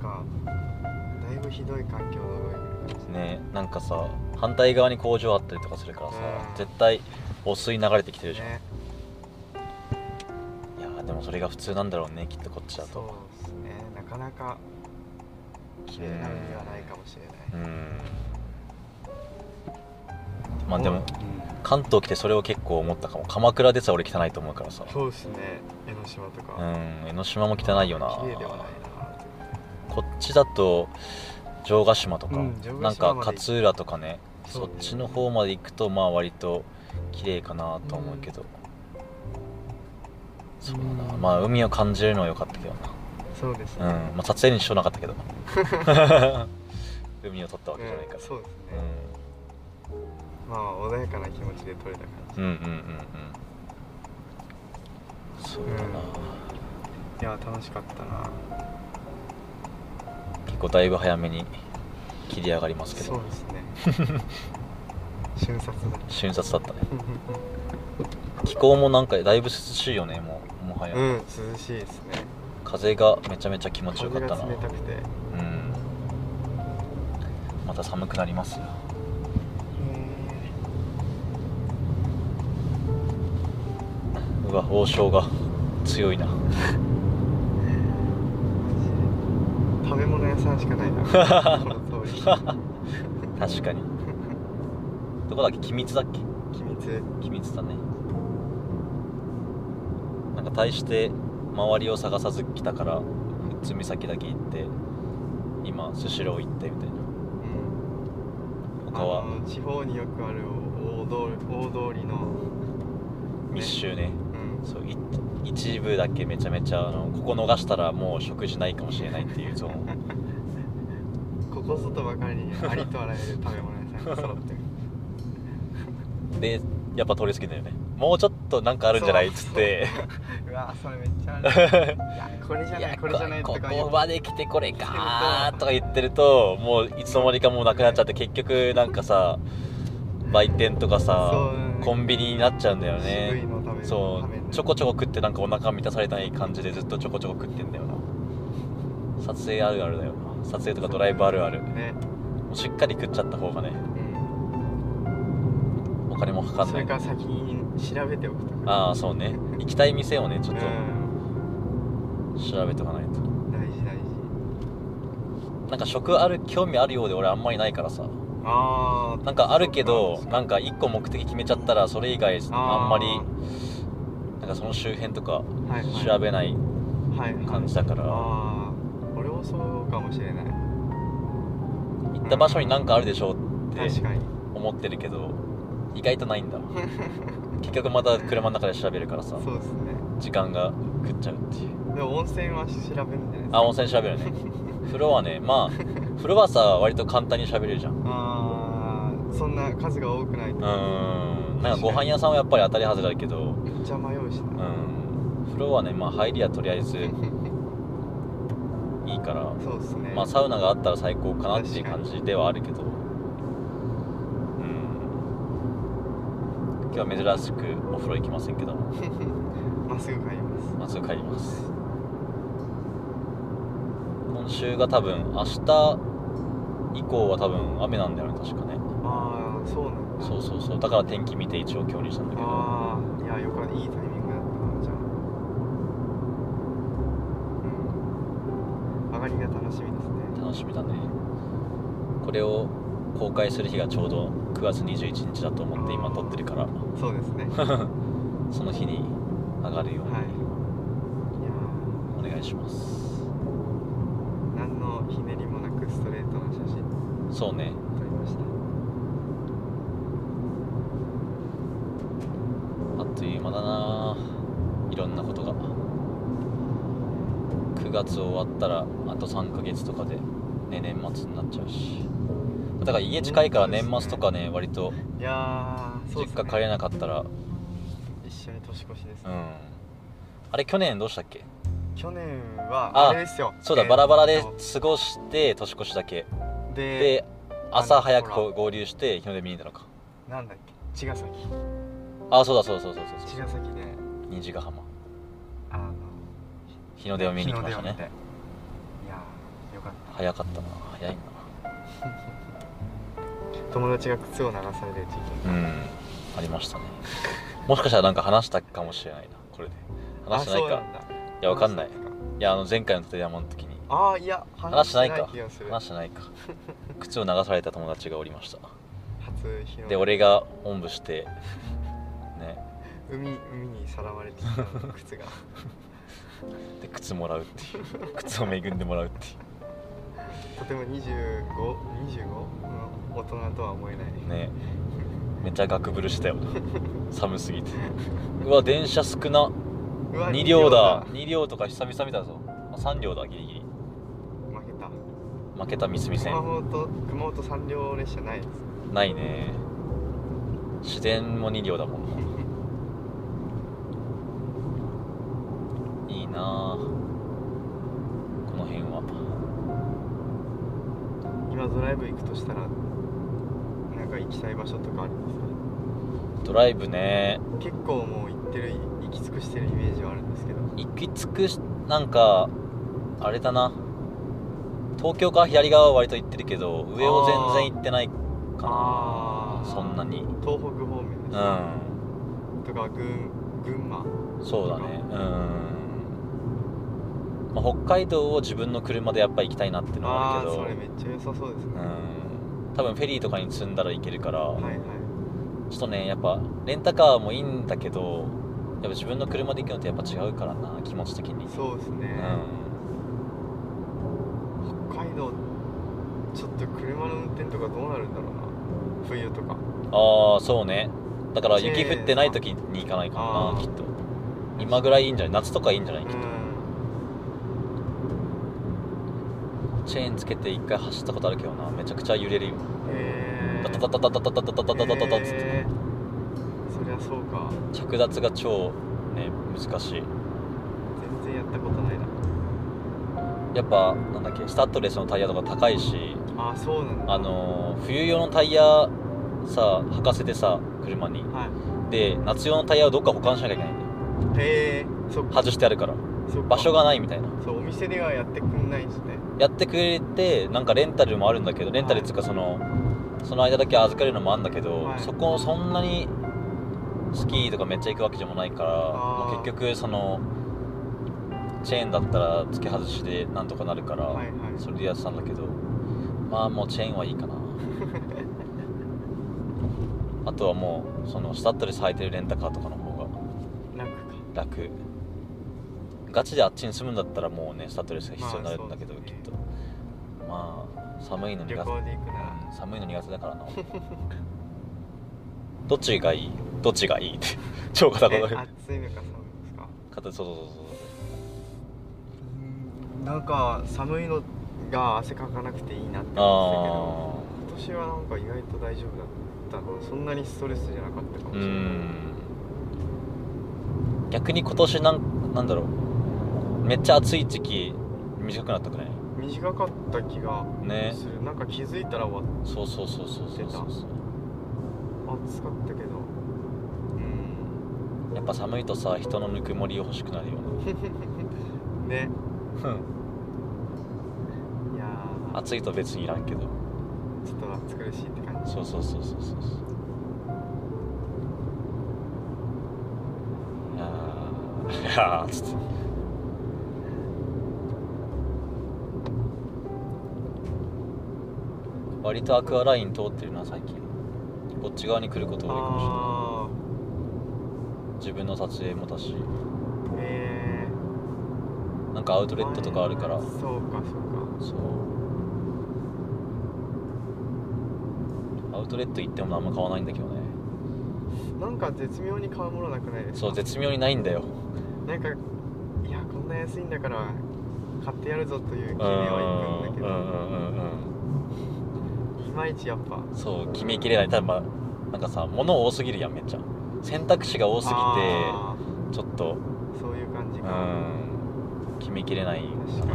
Speaker 3: かだいぶひどい環境の上にいる感じ
Speaker 1: ねなんかさ反対側に工場あったりとかするからさ
Speaker 3: うん
Speaker 1: 絶対汚水流れてきてるじゃん、
Speaker 3: ね
Speaker 1: いやーでもそれが普通なんだろうねきっとこっちだと
Speaker 3: そうですねなかなか綺麗な海ではないかもしれな
Speaker 1: う
Speaker 3: い、
Speaker 1: んまあでも関東来てそれを結構思ったかも鎌倉でさ俺汚いと思うからさ
Speaker 3: そうですね江ノ島と
Speaker 1: う
Speaker 3: か、
Speaker 1: ん江ノ島も汚いよな
Speaker 3: 綺麗ではないな
Speaker 1: こっちだと城ヶ島とか、
Speaker 3: うん城
Speaker 1: な
Speaker 3: ヶ
Speaker 1: ん
Speaker 3: 島
Speaker 1: か
Speaker 3: まで行く
Speaker 1: 勝浦とかね
Speaker 3: そ
Speaker 1: そうっちの方まで行くとまあ割と綺麗かなと思うけど、そうだな
Speaker 3: うん
Speaker 1: まあ海を感じるのは良かったけど
Speaker 3: そうですね
Speaker 1: な、うんまあ、撮影に支障なかったけど
Speaker 3: <laughs>
Speaker 1: 海を撮ったわけじゃないから、
Speaker 3: ねそうです
Speaker 1: う
Speaker 3: ね、
Speaker 1: ん
Speaker 3: まあ穏やかな気持ちで撮れた感
Speaker 1: う
Speaker 3: じ、
Speaker 1: んうんうんうんそうだな、
Speaker 3: いや楽しかったな
Speaker 1: 結構だいぶ早めに切り上がりますけ
Speaker 3: そう
Speaker 1: ど
Speaker 3: ですね <laughs> 瞬殺だ
Speaker 1: 瞬殺だったね気候もなんかだいぶ涼しいよねもうもはや、
Speaker 3: うん涼しいですね
Speaker 1: 風がめちゃめちゃ気持ちよか
Speaker 3: 風
Speaker 1: っ
Speaker 3: が
Speaker 1: たな
Speaker 3: 冷たくて
Speaker 1: うんまた寒くなりますようわ王将が強いな <laughs>
Speaker 3: マジで食べ物屋さんし
Speaker 1: <laughs>
Speaker 3: かないなこの通り
Speaker 1: 確かにどこだっけ機密だっけ
Speaker 3: 機密
Speaker 1: 機密だねなんか大して周りを探さず来たから富津岬だけ行って今スシロー行ってみたいな
Speaker 3: うん
Speaker 1: 他は
Speaker 3: あの地方によくある大通り大通りの、
Speaker 1: 密集ね
Speaker 3: うん、
Speaker 1: そうい一部だけめちゃめちゃあのここ逃したらもう食事ないかもしれないっていうゾーン
Speaker 3: ここぞとばかりにありとあらゆる食べ物屋さんが揃ってる
Speaker 1: でやっぱ通り過ぎたよねもうちょっとなんか <laughs> あるんじゃないっ
Speaker 3: そう
Speaker 1: つって
Speaker 3: うわそれめっちゃ
Speaker 1: <laughs>
Speaker 3: あるいやこれじゃないこれじゃないと
Speaker 1: こ
Speaker 3: か言
Speaker 1: こ
Speaker 3: う
Speaker 1: まで来てこれかーとか言ってるともういつの間にかもうなくなっちゃって結局なんかさ売店とかさ
Speaker 3: そう
Speaker 1: コンビニになっちゃうんだよ
Speaker 3: 渋い
Speaker 1: ね
Speaker 3: の食べる
Speaker 1: そうちょこちょこ食ってなんかお腹満たされない感じでずっとちょこちょこ食ってんだよな撮影あるあるだよな撮影とかドライブあるある
Speaker 3: ね、
Speaker 1: もうしっかり食っちゃった方がね
Speaker 3: うん、
Speaker 1: お金もかかん
Speaker 3: そ
Speaker 1: な
Speaker 3: れ
Speaker 1: い
Speaker 3: から先に調べておくとか
Speaker 1: ああそうね行きたい店をねちょっ
Speaker 3: う
Speaker 1: と
Speaker 3: ん
Speaker 1: 調べとかないと
Speaker 3: 大事大事
Speaker 1: なんか食ある興味あるようで俺あんまりないからさ
Speaker 3: ああ
Speaker 1: なんかあるけど
Speaker 3: そうか
Speaker 1: なんか1個目的決めちゃったらそれ以外あんまりなんかその周辺とか
Speaker 3: はいはい
Speaker 1: 調べない
Speaker 3: はいはい
Speaker 1: 感じだから
Speaker 3: ああ俺もそうかもしれない
Speaker 1: 行った場所になんかあるでしょうって
Speaker 3: 確かに
Speaker 1: 思ってるけど意外とない
Speaker 3: <laughs>
Speaker 1: んだ結局また車の中で調べるからさ
Speaker 3: そうですね
Speaker 1: 時間が食っちゃうっていう
Speaker 3: でも温泉は調べるんじゃないですか
Speaker 1: あ温泉調べる
Speaker 3: <laughs>
Speaker 1: ね風呂はねまあ風呂はさ割と簡単に喋れるじゃん
Speaker 3: あーそんな数が多くないと
Speaker 1: うーんなんかご飯屋さんはやっぱり当たり外れだけど、
Speaker 3: めっちゃ迷うし
Speaker 1: う
Speaker 3: な、
Speaker 1: ん、風呂はね、まあ、入りはとりあえずいいから、
Speaker 3: <laughs> そうですね
Speaker 1: まあ、サウナがあったら最高かなっていう感じではあるけど、うん、今日は珍しくお風呂行きませんけど、
Speaker 3: まっすぐ帰ります
Speaker 1: まあ、すぐ帰ります。今週が多分明日以降は多分雨なんだよね確かね
Speaker 3: ああそうなんだ
Speaker 1: そうそうそうだから天気見て一応今日にしたんだけど
Speaker 3: ああいやよかったいいタイミングだったなじゃあうん上がりが楽しみですね
Speaker 1: 楽しみだねこれを公開する日がちょうど9月21日だと思って今撮ってるから
Speaker 3: そうです
Speaker 1: <laughs>
Speaker 3: ね
Speaker 1: その日に上がるように
Speaker 3: はいいや
Speaker 1: お願いします、
Speaker 3: ー何のひねりもなくストレートな写真
Speaker 1: そうね
Speaker 3: 撮りました
Speaker 1: あっという間だないろんなことが9月終わったらあと3ヶ月とかで、ね、年末になっちゃうしだから家近いから年末とかね割と
Speaker 3: いやーそう
Speaker 1: 実
Speaker 3: です
Speaker 1: 家
Speaker 3: ね
Speaker 1: 帰れなかったらう,、
Speaker 3: 一緒に年越しです、
Speaker 1: んあれ去年どうしたっけ
Speaker 3: 去年は
Speaker 1: あ
Speaker 3: あれですよ
Speaker 1: そうだ、
Speaker 3: えー
Speaker 1: バラバラで
Speaker 3: えっと
Speaker 1: 過ごして年越しだけ
Speaker 3: で
Speaker 1: で
Speaker 3: あの
Speaker 1: 朝早く
Speaker 3: ほ
Speaker 1: こう合流して日の出見に行ったのか
Speaker 3: なんだっけ茅ヶ崎
Speaker 1: あそうだそうだそうだそうだそう
Speaker 3: 茅
Speaker 1: だ
Speaker 3: ヶ崎で
Speaker 1: 虹ヶ浜
Speaker 3: あの
Speaker 1: 日の出を見に行きました
Speaker 3: 日の出を
Speaker 1: ね
Speaker 3: 見ていやーよかった
Speaker 1: 早かったな早い
Speaker 3: 友達が靴を流される事件
Speaker 1: なうんありましたねもしかしたらなんか話したかもしれないなこれで話してない
Speaker 3: あそう
Speaker 1: か
Speaker 3: んだ
Speaker 1: いやわかんない
Speaker 3: 話したですか
Speaker 1: いやあの前回の立山の時に
Speaker 3: あーいや
Speaker 1: 話してないか
Speaker 3: 気がする
Speaker 1: 話
Speaker 3: 初
Speaker 1: してないか靴を流された友達がおりま
Speaker 3: <laughs>
Speaker 1: した
Speaker 3: 日の出
Speaker 1: で俺がおんぶしてね
Speaker 3: 海海にさらわれてた靴
Speaker 1: <laughs>
Speaker 3: が
Speaker 1: で靴もらうって
Speaker 3: <laughs>
Speaker 1: いう靴を恵んでもらうっていう
Speaker 3: とても2525の大人とは思えない
Speaker 1: ねめっちゃガクブルしたよ寒すぎてうわ電車少な
Speaker 3: うわ
Speaker 1: 2両だ2両とか久々見たぞあ3両だギリギリ
Speaker 3: 負けた
Speaker 1: 負けた三隅
Speaker 3: 熊
Speaker 1: 線
Speaker 3: 本熊本三両列車ないです
Speaker 1: ないね自然も2両だ
Speaker 3: <laughs>
Speaker 1: もんいいなあこの辺は
Speaker 3: 今ドライブ行くとしたらなんか行きたい場所とかありますか
Speaker 1: ドライブね
Speaker 3: 結構もう行ってる行き尽くしてるイメージはあるんですけど
Speaker 1: 行き尽くしなんかあれだな東京から左側は割と行ってるけど上を全然行ってないか
Speaker 3: あ
Speaker 1: なそんなに
Speaker 3: 東北方面
Speaker 1: う
Speaker 3: ですか、
Speaker 1: ん
Speaker 3: とか群群馬
Speaker 1: そうだねうん、まあ、北海道を自分の車でやっぱ行きたいなっていうのはあ
Speaker 3: あ
Speaker 1: るけ
Speaker 3: あ
Speaker 1: ど
Speaker 3: それめっちゃ良さそうですね、
Speaker 1: うん多分フェリーとかに積んだら行けるから、
Speaker 3: はいはい
Speaker 1: ちょっとねやっぱレンタカーもいいんだけどやっぱ自分の車で行くのってやっぱ違うからな気持ち的に
Speaker 3: そうですね
Speaker 1: う、ん
Speaker 3: 北海道ちょっと車の運転とかどうなるんだろうな冬とか
Speaker 1: ああそうねだから雪降ってない時に行かないか
Speaker 3: あ
Speaker 1: な
Speaker 3: ー
Speaker 1: きっと今ぐらいいいんじゃない夏とかいいんじゃな
Speaker 3: う
Speaker 1: いきっ
Speaker 3: ん
Speaker 1: とチェーンつけて一回走ったことあるけどなめちゃくちゃ揺れるよ
Speaker 3: へえ
Speaker 1: タタタタタタタタタタタタタっつって
Speaker 3: へーそりゃそうか
Speaker 1: 着脱が超ね難しい
Speaker 3: 全然やったことないな
Speaker 1: やっぱなんだっけスタッドレスのタイヤとか高いし
Speaker 3: ああそうなんだ
Speaker 1: あのー冬用のタイヤさ履かせてさ車に
Speaker 3: はい
Speaker 1: で夏用のタイヤをどっか保管しなきゃいけないんだよ
Speaker 3: へえそっか
Speaker 1: 外してあるから
Speaker 3: そっか
Speaker 1: 場所がないみたいな
Speaker 3: そうお店ではやってくんないんですね
Speaker 1: やってくれてなんかレンタルもあるんだけどレンタルっつうかそのその間だけ預かるのもあるんだけど、
Speaker 3: はい
Speaker 1: そこそんなにスキーとかめっちゃ行くわけでもないから
Speaker 3: あー
Speaker 1: もう結局そのチェーンだったら付け外しでなんとかなるから、
Speaker 3: はいはい
Speaker 1: それでやってたんだけどまあもうチェーンはいいか
Speaker 3: <laughs>
Speaker 1: なあとはもうそのスタッドレス履いてるレンタカーとかの方が
Speaker 3: 楽か
Speaker 1: 楽ガチであっちに住むんだったらもうねスタッドレスが必要になるんだけど、
Speaker 3: まあそう
Speaker 1: き
Speaker 3: です
Speaker 1: っ
Speaker 3: ね
Speaker 1: とまあ寒いの苦
Speaker 3: 旅
Speaker 1: 手
Speaker 3: 行で行くな
Speaker 1: うん寒いの苦手だからな <laughs> どっちがいいどっちがいいって
Speaker 3: <laughs>
Speaker 1: 超片言
Speaker 3: らえ
Speaker 1: 片言
Speaker 3: 暑いのか寒いのですか
Speaker 1: そうそうそうそう
Speaker 3: なんか寒いのが汗かかなくていいなって思
Speaker 1: あ
Speaker 3: ってたけど今年はなんか意外と大丈夫だったのそんなにストレスじゃなかったか
Speaker 1: あ
Speaker 3: も
Speaker 1: う
Speaker 3: しれない
Speaker 1: ん逆に今年なんなんだろうめっちゃ暑い時期短くなったくない
Speaker 3: 短かった気が
Speaker 1: ね
Speaker 3: するなんか気づいたら終わっ
Speaker 1: そうそうそうそうそうそうそう
Speaker 3: 暑かったけどうん
Speaker 1: やっぱ寒いとさ人のぬくもりを欲しくなるよ <laughs> ね
Speaker 3: ねいやー
Speaker 1: 暑いと別にいらんけど
Speaker 3: ちょっと暑苦しいって感じ
Speaker 1: そうそうそうそうそうそういやーいやーちょっと割とアクアライン通ってるな最近こっち側に来ることが多いかもしれない自
Speaker 3: あ
Speaker 1: 分の撮影もだし
Speaker 3: あえー
Speaker 1: なんかアウトレットとかあるから
Speaker 3: そうかそう
Speaker 1: そうアウトレット行っても何も買わないんだけどね
Speaker 3: かなんか絶妙に買うものなくないですか
Speaker 1: そう絶妙にないんだよ
Speaker 3: なんかいやこんな安いんだから買ってやるぞという気
Speaker 1: う
Speaker 3: ではいくんだ
Speaker 1: ん
Speaker 3: け
Speaker 1: うん
Speaker 3: ど
Speaker 1: うん
Speaker 3: いまいちやっぱ
Speaker 1: うんそう決めきれない多分まあなんかさ物多すぎるやんめっちゃ選択肢が多すぎて
Speaker 3: あ
Speaker 1: ちょっと
Speaker 3: ーそういう感じ
Speaker 1: う
Speaker 3: か
Speaker 1: ん決めきれない
Speaker 3: 確
Speaker 1: かな
Speaker 3: か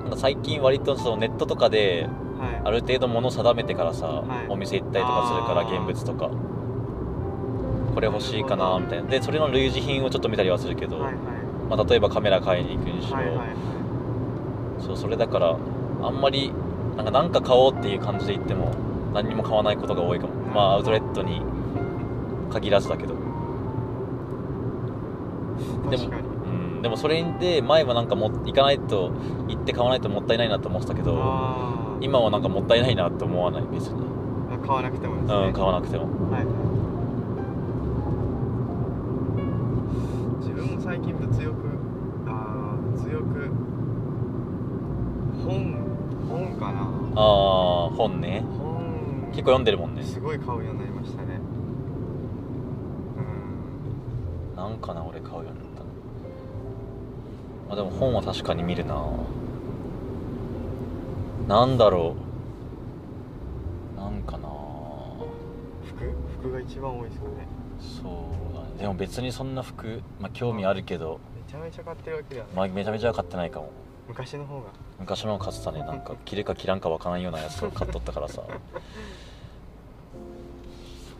Speaker 1: なんか最近割とそのネットとかで
Speaker 3: はい
Speaker 1: ある程度物定めてからさ、
Speaker 3: はい
Speaker 1: お店行ったりとかするから
Speaker 3: あー
Speaker 1: 現物とかこれ欲しいか
Speaker 3: なる
Speaker 1: な
Speaker 3: ほど
Speaker 1: みたいなでそれの類似品をちょっと見たりはするけど、
Speaker 3: はいはい
Speaker 1: まあ、例えばカメラ買いに行くにしろ、
Speaker 3: はいはいはい
Speaker 1: そうそれだからあんまりなんかなんか買おうっていう感じで行っても何にも買わないことが多いかもまあアウトレットに限らずだけどでも
Speaker 3: 確かに
Speaker 1: うんでもそれで前はなんかも行かないと行って買わないともったいないなと思ってたけど
Speaker 3: あー
Speaker 1: 今はなんかもったいないなって思わない別に、
Speaker 3: あ買わなくてもですね、
Speaker 1: うん、買わなくても
Speaker 3: はい自分も最近物欲あー物欲本本かな
Speaker 1: ああ本ね
Speaker 3: 本
Speaker 1: 結構読んでるもんね
Speaker 3: すごい買うようになりましたねうん
Speaker 1: なんかな俺買うようになったのまあでも本は確かに見るななんだろうなんかな
Speaker 3: 服服が一番多いですかね
Speaker 1: そうだねでも別にそんな服、まあ、興味あるけど、
Speaker 3: めちゃめちゃ買ってるわけではない
Speaker 1: まあ、めちゃめちゃは買ってないかも
Speaker 3: 昔の方が
Speaker 1: 昔のを買ってたねなんか着るか着らんかわからんようなやつを買っとったからさ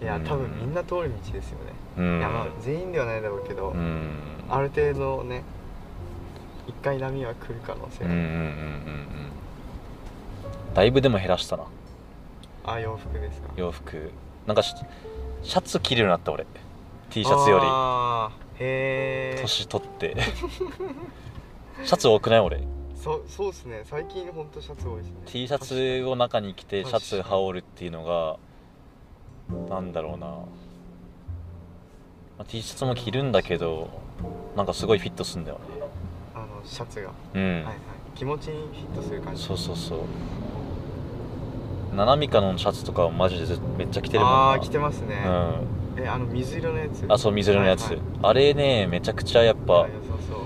Speaker 3: いや
Speaker 1: うん
Speaker 3: 多分みんな通る道ですよね、
Speaker 1: うん
Speaker 3: いやまあ全員ではないだろうけど、
Speaker 1: うん
Speaker 3: ある程度ね一回波は来る可能性
Speaker 1: うん
Speaker 3: あ
Speaker 1: うんうんうん
Speaker 3: る、
Speaker 1: うんだいぶでも減らしたな
Speaker 3: あ洋服ですか
Speaker 1: 洋服なんかシシャツ着るようになった俺 T シャツより
Speaker 3: あーへえ
Speaker 1: 年取ってシャツ多くない俺
Speaker 3: そそうですね最近ほんとシャツ多いですね
Speaker 1: T シャツを中に着てシャツ羽織るっていうのがなんだろうな、まあ T シャツも着るんだけどなんかすごいフィットすんだよ
Speaker 3: あのシャツが、
Speaker 1: ねうん、
Speaker 3: はいはい気持ちにフィットする感じ
Speaker 1: そうそうそうナナミカのシャツとかはマジでずめっちゃ着てるもんな
Speaker 3: ああー着てますね、
Speaker 1: う
Speaker 3: えあの水色のやつ
Speaker 1: ん、あそう水色のやつ、
Speaker 3: はいはい
Speaker 1: あれねめちゃくちゃやっぱ、
Speaker 3: あ良さそう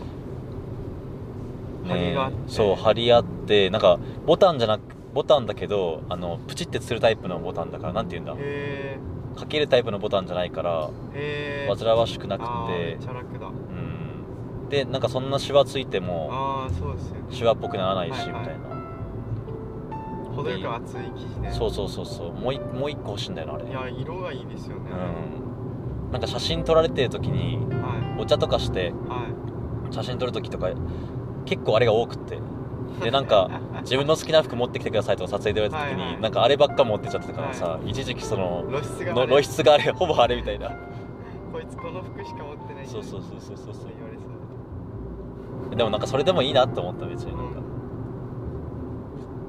Speaker 3: 張り
Speaker 1: ね
Speaker 3: があって
Speaker 1: そう張り合ってなんかボタンじゃなくボタンだけどあのプチってするタイプのボタンだからなんて言うんだ
Speaker 3: へ
Speaker 1: かけるタイプのボタンじゃないから
Speaker 3: えへえ
Speaker 1: 煩わしくなく
Speaker 3: あーめってちゃ楽だ
Speaker 1: うんでなんかそんなシワついても
Speaker 3: ああそうですよね
Speaker 1: シワっぽくならないし、
Speaker 3: はいはい
Speaker 1: みたいな
Speaker 3: 程よく厚い生地ね
Speaker 1: そうそうそうそうもういもう一個欲しいんだよなあれ
Speaker 3: いや色がいいですよね、
Speaker 1: うんなんか写真撮られてる時に
Speaker 3: は
Speaker 1: お茶とかして
Speaker 3: いはい
Speaker 1: 写真撮る時とか結構あれが多くってでなんか自分の好きな服持ってきてくださいとか撮影で言われた時に、
Speaker 3: はいはい
Speaker 1: なんかあればっか持ってっちゃってたからさ、
Speaker 3: は
Speaker 1: 一時期その
Speaker 3: <laughs> 露出が
Speaker 1: の
Speaker 3: ね
Speaker 1: 露出があれ <laughs> ほぼあれみたいな
Speaker 3: こいつこの服しか持ってない
Speaker 1: そうそうそうそうそう
Speaker 3: そう言われそう
Speaker 1: そうでもなんかそれでもいいなって思った別になんか、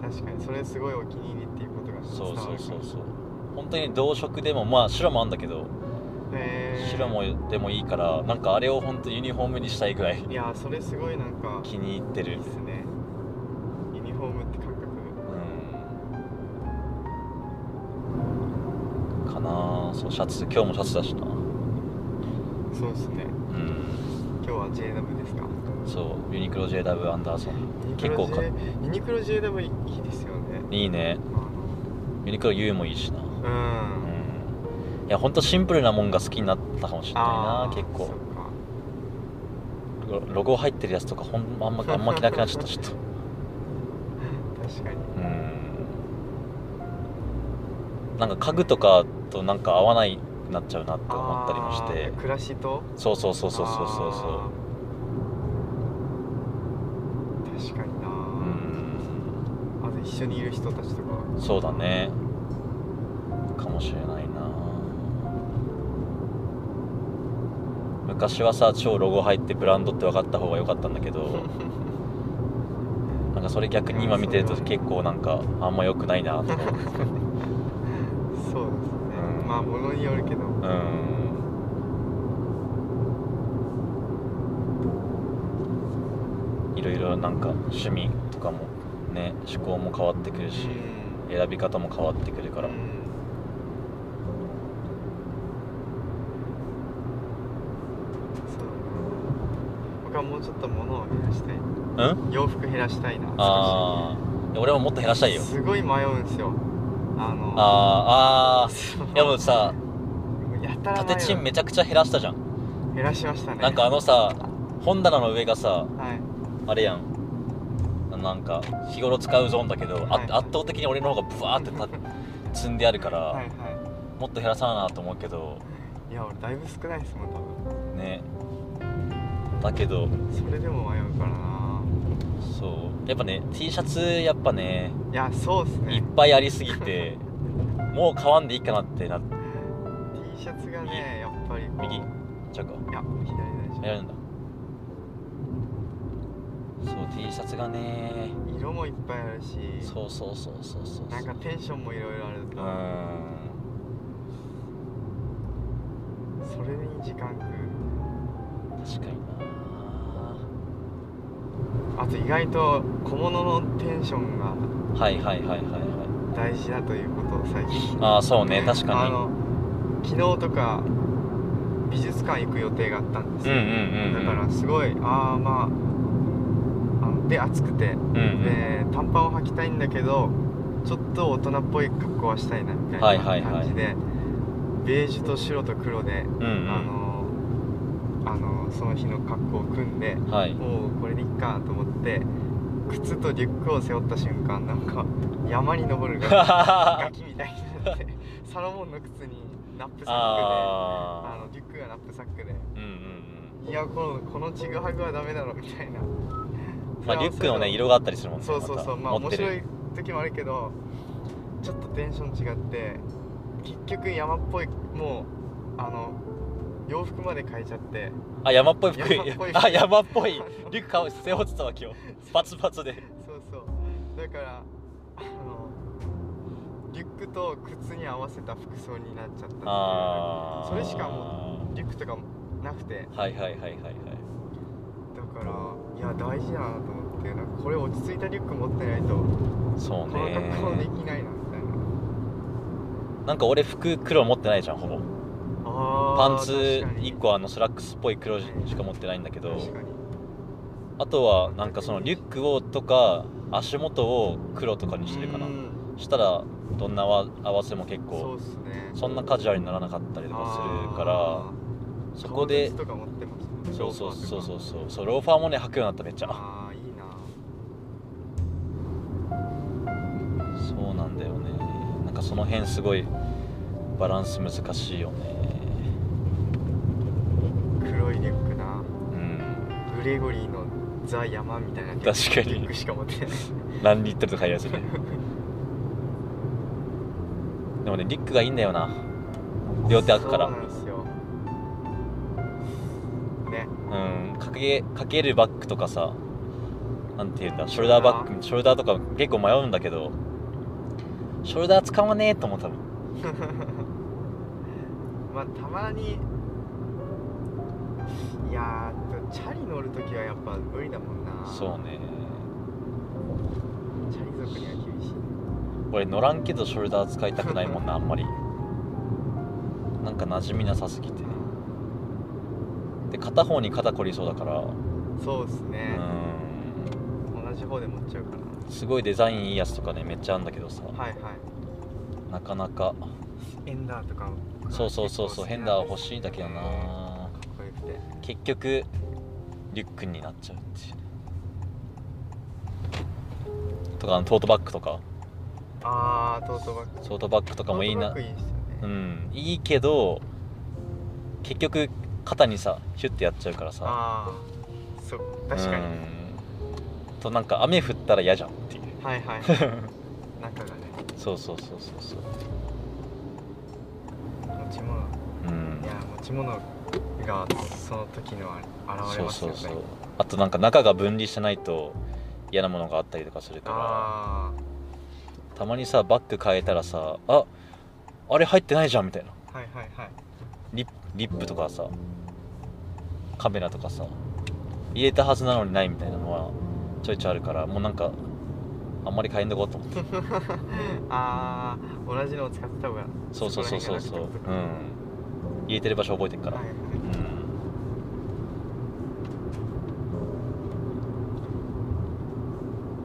Speaker 3: 確かにそれすごいお気に入りっていうことが伝
Speaker 1: そう
Speaker 3: わる
Speaker 1: そうそうそう本当に同色でもまあ白もあんだけど、
Speaker 3: へー
Speaker 1: 白もでもいいからなんかあれを本当ユニフォームにしたいぐらい <laughs>
Speaker 3: いやそれすごいなんか
Speaker 1: 気に入って
Speaker 3: いい
Speaker 1: る
Speaker 3: っすねユニフォームって感覚
Speaker 1: うんかなあそうシャツ今日もシャツだしな
Speaker 3: そうですね
Speaker 1: うん
Speaker 3: 今日は JW ですか
Speaker 1: そうユニクロ JW アンダーソン
Speaker 3: ユニク
Speaker 1: 結
Speaker 3: ロ
Speaker 1: 構
Speaker 3: J-
Speaker 1: か
Speaker 3: ユニクロ JW いいですよね
Speaker 1: いいねユニクロ U もいいしな
Speaker 3: あの
Speaker 1: う
Speaker 3: うん
Speaker 1: んいやほんとシンプルなもんが好きになったかもしれないな
Speaker 3: ー
Speaker 1: 結構
Speaker 3: そうか
Speaker 1: ロロゴ入ってるやつとかほん
Speaker 3: <laughs>
Speaker 1: あんまあんま着なくなっちゃったちょっと
Speaker 3: 確かに
Speaker 1: うんなんか家具とかとなんか合わないくなっちゃうなって思ったりもして
Speaker 3: あー暮らしと
Speaker 1: そうそうそうそうそうそうそう
Speaker 3: あー確かにな、
Speaker 1: うん
Speaker 3: あと一一緒にいる人たちとか
Speaker 1: そうだねかもしれないな昔はさ超ロゴ入ってブランドって分かった方が良かったんだけ
Speaker 3: <laughs>
Speaker 1: どなんかそれ逆に今見てると
Speaker 3: うんそれはね
Speaker 1: 結構なんかあんま良くないなとか
Speaker 3: そうですね、
Speaker 1: うん
Speaker 3: まあものによるけど
Speaker 1: うんいろいろなんか趣味とかもね趣向も変わってくるし
Speaker 3: うん
Speaker 1: 選び方も変わってくるから
Speaker 3: うんそう僕はもうちょっと物を減らしたい
Speaker 1: うん
Speaker 3: 洋服減らしたいな少
Speaker 1: ああ俺ももっと減らしたい
Speaker 3: し
Speaker 1: よ
Speaker 3: すごい迷うんですよあの
Speaker 1: あーあ
Speaker 3: そ
Speaker 1: ー
Speaker 3: う
Speaker 1: いやもうさ
Speaker 3: やたら迷
Speaker 1: 縦
Speaker 3: う
Speaker 1: チンめちゃくちゃ減らしたじゃん
Speaker 3: 減らしましたね
Speaker 1: なんかあのさ本棚の上がさ
Speaker 3: はい
Speaker 1: あれやんなんか日頃使うゾーンだけど、あ
Speaker 3: はい
Speaker 1: 圧倒的に俺の方がブワーってた
Speaker 3: <laughs>
Speaker 1: 積んであるから、
Speaker 3: はいは
Speaker 1: もっと減らさななと思うけど
Speaker 3: いいや俺だいぶ少ないですもん多分
Speaker 1: ねだけど
Speaker 3: それでも迷うからな
Speaker 1: そうやっぱね T シャツやっぱね
Speaker 3: いやそうです
Speaker 1: いっ
Speaker 3: ね
Speaker 1: ぱいありすぎ
Speaker 3: <laughs>
Speaker 1: てもう買わんでいいかなってなっ
Speaker 3: T シャツがねやっぱりこう
Speaker 1: 右
Speaker 3: い
Speaker 1: ちゃうか
Speaker 3: や左
Speaker 1: や
Speaker 3: 大
Speaker 1: るんだそう T シャツがね
Speaker 3: 事色もいっぱいあるし
Speaker 1: そうそうそうそうそう
Speaker 3: なんかテンションもいろいろある
Speaker 1: う
Speaker 3: と、
Speaker 1: ー
Speaker 3: それに時間く
Speaker 1: ん確かに
Speaker 3: あと意外と小物のテンションが
Speaker 1: なはいはいはいはいは
Speaker 3: 大事だということを最近
Speaker 1: いああそうね確
Speaker 3: あ
Speaker 1: か
Speaker 3: の昨日とか美術館行く予定があったんです
Speaker 1: にう
Speaker 3: よ、
Speaker 1: んうんうん
Speaker 3: だからすごいああまああので暑くて、
Speaker 1: うんうん
Speaker 3: で短パンを履きたいんだけどちょっと大人っぽい格好はしたいなみた
Speaker 1: はいいはい
Speaker 3: な
Speaker 1: はい
Speaker 3: 感じで、ベージュと白と黒で、
Speaker 1: うんう
Speaker 3: あ
Speaker 1: ん
Speaker 3: のあのその日の格好を組んで
Speaker 1: はい
Speaker 3: もうこれでいっかと思って靴とリュックを背負った瞬間なんか山に登
Speaker 1: <laughs>
Speaker 3: るがガ
Speaker 1: あ
Speaker 3: キみたいになってサロモンの靴にナップサックであ
Speaker 1: あ
Speaker 3: のリュックがナップサックで。
Speaker 1: ーうんうんうん
Speaker 3: いやこのこのちぐはぐはダメだろみたいな
Speaker 1: まあリュックのね色があったりするもんね
Speaker 3: そうそうそうまあ
Speaker 1: 持
Speaker 3: 面
Speaker 1: って
Speaker 3: 白
Speaker 1: る
Speaker 3: い時もあるけどちょっとテンション違って結局山っぽいもうあの洋服まで変えちゃって
Speaker 1: あ山っぽい服
Speaker 3: 山っぽい服
Speaker 1: あ山っぽいリュック顔背負ってたわけよパツパツで
Speaker 3: <laughs> そうそうだからあのリュックと靴に合わせた服装になっちゃったっていう
Speaker 1: ああ
Speaker 3: それしかもリュックとかもなくて
Speaker 1: はいはいはいはいはい
Speaker 3: だからいや大事だなと思ってなんかこれ落ち着いたリュック持ってないと
Speaker 1: そう
Speaker 3: この格好で
Speaker 1: ね
Speaker 3: きないなみたいな
Speaker 1: なんか俺服黒持ってないじゃんほぼ
Speaker 3: パ
Speaker 1: パンツ1個あのスラックスっぽい黒しか持ってないんだけど
Speaker 3: 確かに
Speaker 1: あとはなんかそのリュックをとか足元を黒とかにしてるかな
Speaker 3: うん
Speaker 1: したらどんなわ合わせも結
Speaker 3: そう
Speaker 1: 構
Speaker 3: っすね
Speaker 1: そんなカジュアルにならなかったりとかするから
Speaker 3: ら
Speaker 1: そこで
Speaker 3: とか持ってますね
Speaker 1: そうそうそう
Speaker 3: う
Speaker 1: そうそうそうローファーもね履くようになっためっちゃ
Speaker 3: ああいいな
Speaker 1: そうなんだよねなんかその辺すごいバランス難しいよね
Speaker 3: 黒いリュック
Speaker 1: う
Speaker 3: な
Speaker 1: ん
Speaker 3: グレゴリーのザ・山みたいな
Speaker 1: 確かに
Speaker 3: リュックしか持ってない
Speaker 1: 何リットルとかいうやつ
Speaker 3: <laughs>
Speaker 1: ねでもねリュックがいいんだよな両手開くから
Speaker 3: そうなんですよね
Speaker 1: うんかけかけるバッグとかさなんていうんだショルダーバッグショルダーとか結構迷うんだけどショルダー使わねえと思う多分
Speaker 3: まあたまにいやーチャリ乗るときはやっぱ無理だもんな
Speaker 1: そうね
Speaker 3: チャリ族には厳しい
Speaker 1: 俺乗らんけどショルダー使いたくないもん <laughs> なあんまりなんか馴染みなさすぎてで片方に肩こりそうだからう
Speaker 3: そうですね、
Speaker 1: ん
Speaker 3: 同じ方で持っちゃうから
Speaker 1: すごいデザインいいやつとかねめっちゃあんだけどさ
Speaker 3: はいはい
Speaker 1: なかなか
Speaker 3: エンダーとか
Speaker 1: そうそうそうそうヘンダー欲
Speaker 3: い
Speaker 1: しいんだけどな
Speaker 3: かっこよくて
Speaker 1: 結局リュックになっちゃうっていうとかあのトートバッグとか
Speaker 3: ああトートバッグ
Speaker 1: トートバッグと
Speaker 3: と
Speaker 1: かもいいな
Speaker 3: トートバッグいいですよね、
Speaker 1: うんいいけど結局肩にさヒュッてやっちゃうからさ
Speaker 3: ああそう確かに、
Speaker 1: うんとなんか雨降ったら嫌じゃんっていう <laughs>
Speaker 3: はいはい中がね
Speaker 1: そうそうそうそうそう
Speaker 3: 持ち物
Speaker 1: うん
Speaker 3: いや持ち物がその時のあ現
Speaker 1: そう
Speaker 3: れますよ
Speaker 1: そ
Speaker 3: ね
Speaker 1: うそうあとなんか中が分離してないと嫌なものがあったりとかするか
Speaker 3: あ
Speaker 1: らたまにさバッグ変えたらさああれ入ってないじゃんみたいな
Speaker 3: あはいはいはい
Speaker 1: リップリップとかさカメラとかさ入れたはずなのにないみたいなのはちょいちょいあるからもうなんかあんまり変えんでこうと思って
Speaker 3: <laughs> ああ同じのを使ってた方が
Speaker 1: そうそうそうそう
Speaker 3: そ
Speaker 1: そ
Speaker 3: こ
Speaker 1: う
Speaker 3: ら
Speaker 1: う
Speaker 3: 辺が
Speaker 1: ん入れてる場所覚えてるから、
Speaker 3: はいはい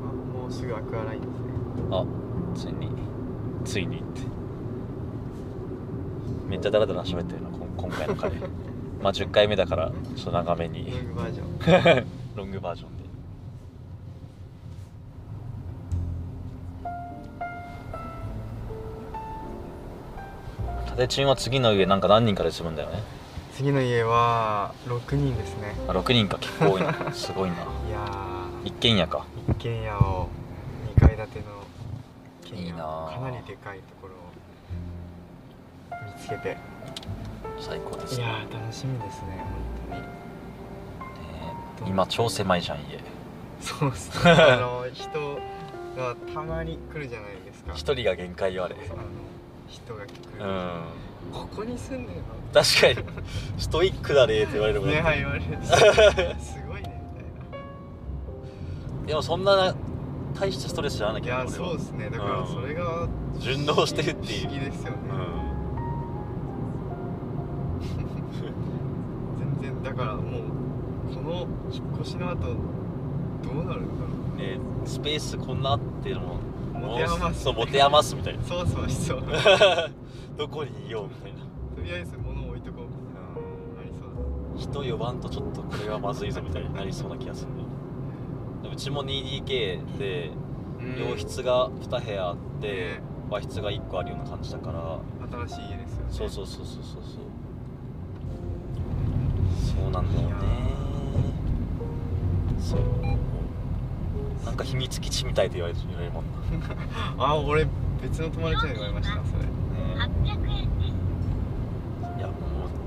Speaker 3: あもうすぐアクアラインですね
Speaker 1: うんあついについにってめっちゃダラダラ喋ってるなこん今回の
Speaker 3: <laughs>
Speaker 1: 彼まあ10回目だからちょっと長めに
Speaker 3: ロングバージョン
Speaker 1: ロングバージョンで。タテチンは次の家なんか何人かで住むんだよね。
Speaker 3: 次の家は6人ですね
Speaker 1: あ6人か結構多いな。 <laughs> すごいな。
Speaker 3: いや
Speaker 1: 一軒家か。
Speaker 3: ー一軒家を2階建ての一軒家
Speaker 1: いいなー
Speaker 3: かなりでかいところを見つけて
Speaker 1: 最高です
Speaker 3: い
Speaker 1: ね。
Speaker 3: やー楽しみですね本当
Speaker 1: ね
Speaker 3: に
Speaker 1: 今超狭いじゃん家。 <laughs>
Speaker 3: そうっすねあの人がたまに来るじゃないですか
Speaker 1: 一人が限界よあれ。
Speaker 3: そうあの人が来る、
Speaker 1: うん。
Speaker 3: ここに住んでるの
Speaker 1: 確かにストイックだねって言われるもん
Speaker 3: ね
Speaker 1: ね。
Speaker 3: はい
Speaker 1: <laughs>
Speaker 3: 言われるすごいねみ
Speaker 1: でもそんな大したストレスじゃないん
Speaker 3: た
Speaker 1: だ
Speaker 3: い
Speaker 1: けど。
Speaker 3: ないや
Speaker 1: 俺は
Speaker 3: そうですねだからそれが
Speaker 1: 順応してるっていう
Speaker 3: 不思議ですよね、全然だからもうこの引っ越しの後どうなるんだろ
Speaker 1: うん。ねスペースこんなあっていうのも。
Speaker 3: う持て余す
Speaker 1: そう持て余すみたいな
Speaker 3: そうそうしそうと
Speaker 1: <laughs> どこにいようみたいな
Speaker 3: りあえず物を置いとこうみたいなありそう
Speaker 1: 人呼ばんとちょっとこれはまずいぞみたいになりそうな気がするんだよねうちも 2DK で
Speaker 3: だね
Speaker 1: 洋室が2部屋あって
Speaker 3: ね
Speaker 1: 和室が1個あるような感じだから
Speaker 3: 新しい家ですよね
Speaker 1: そう
Speaker 3: う
Speaker 1: そうそうそうそうそうそうなんだよねそうなんか秘密基地みたいと言われ言われるもんな
Speaker 3: あ俺別の友達に言われましたそれ
Speaker 1: ね
Speaker 2: 800円です。
Speaker 1: いやもう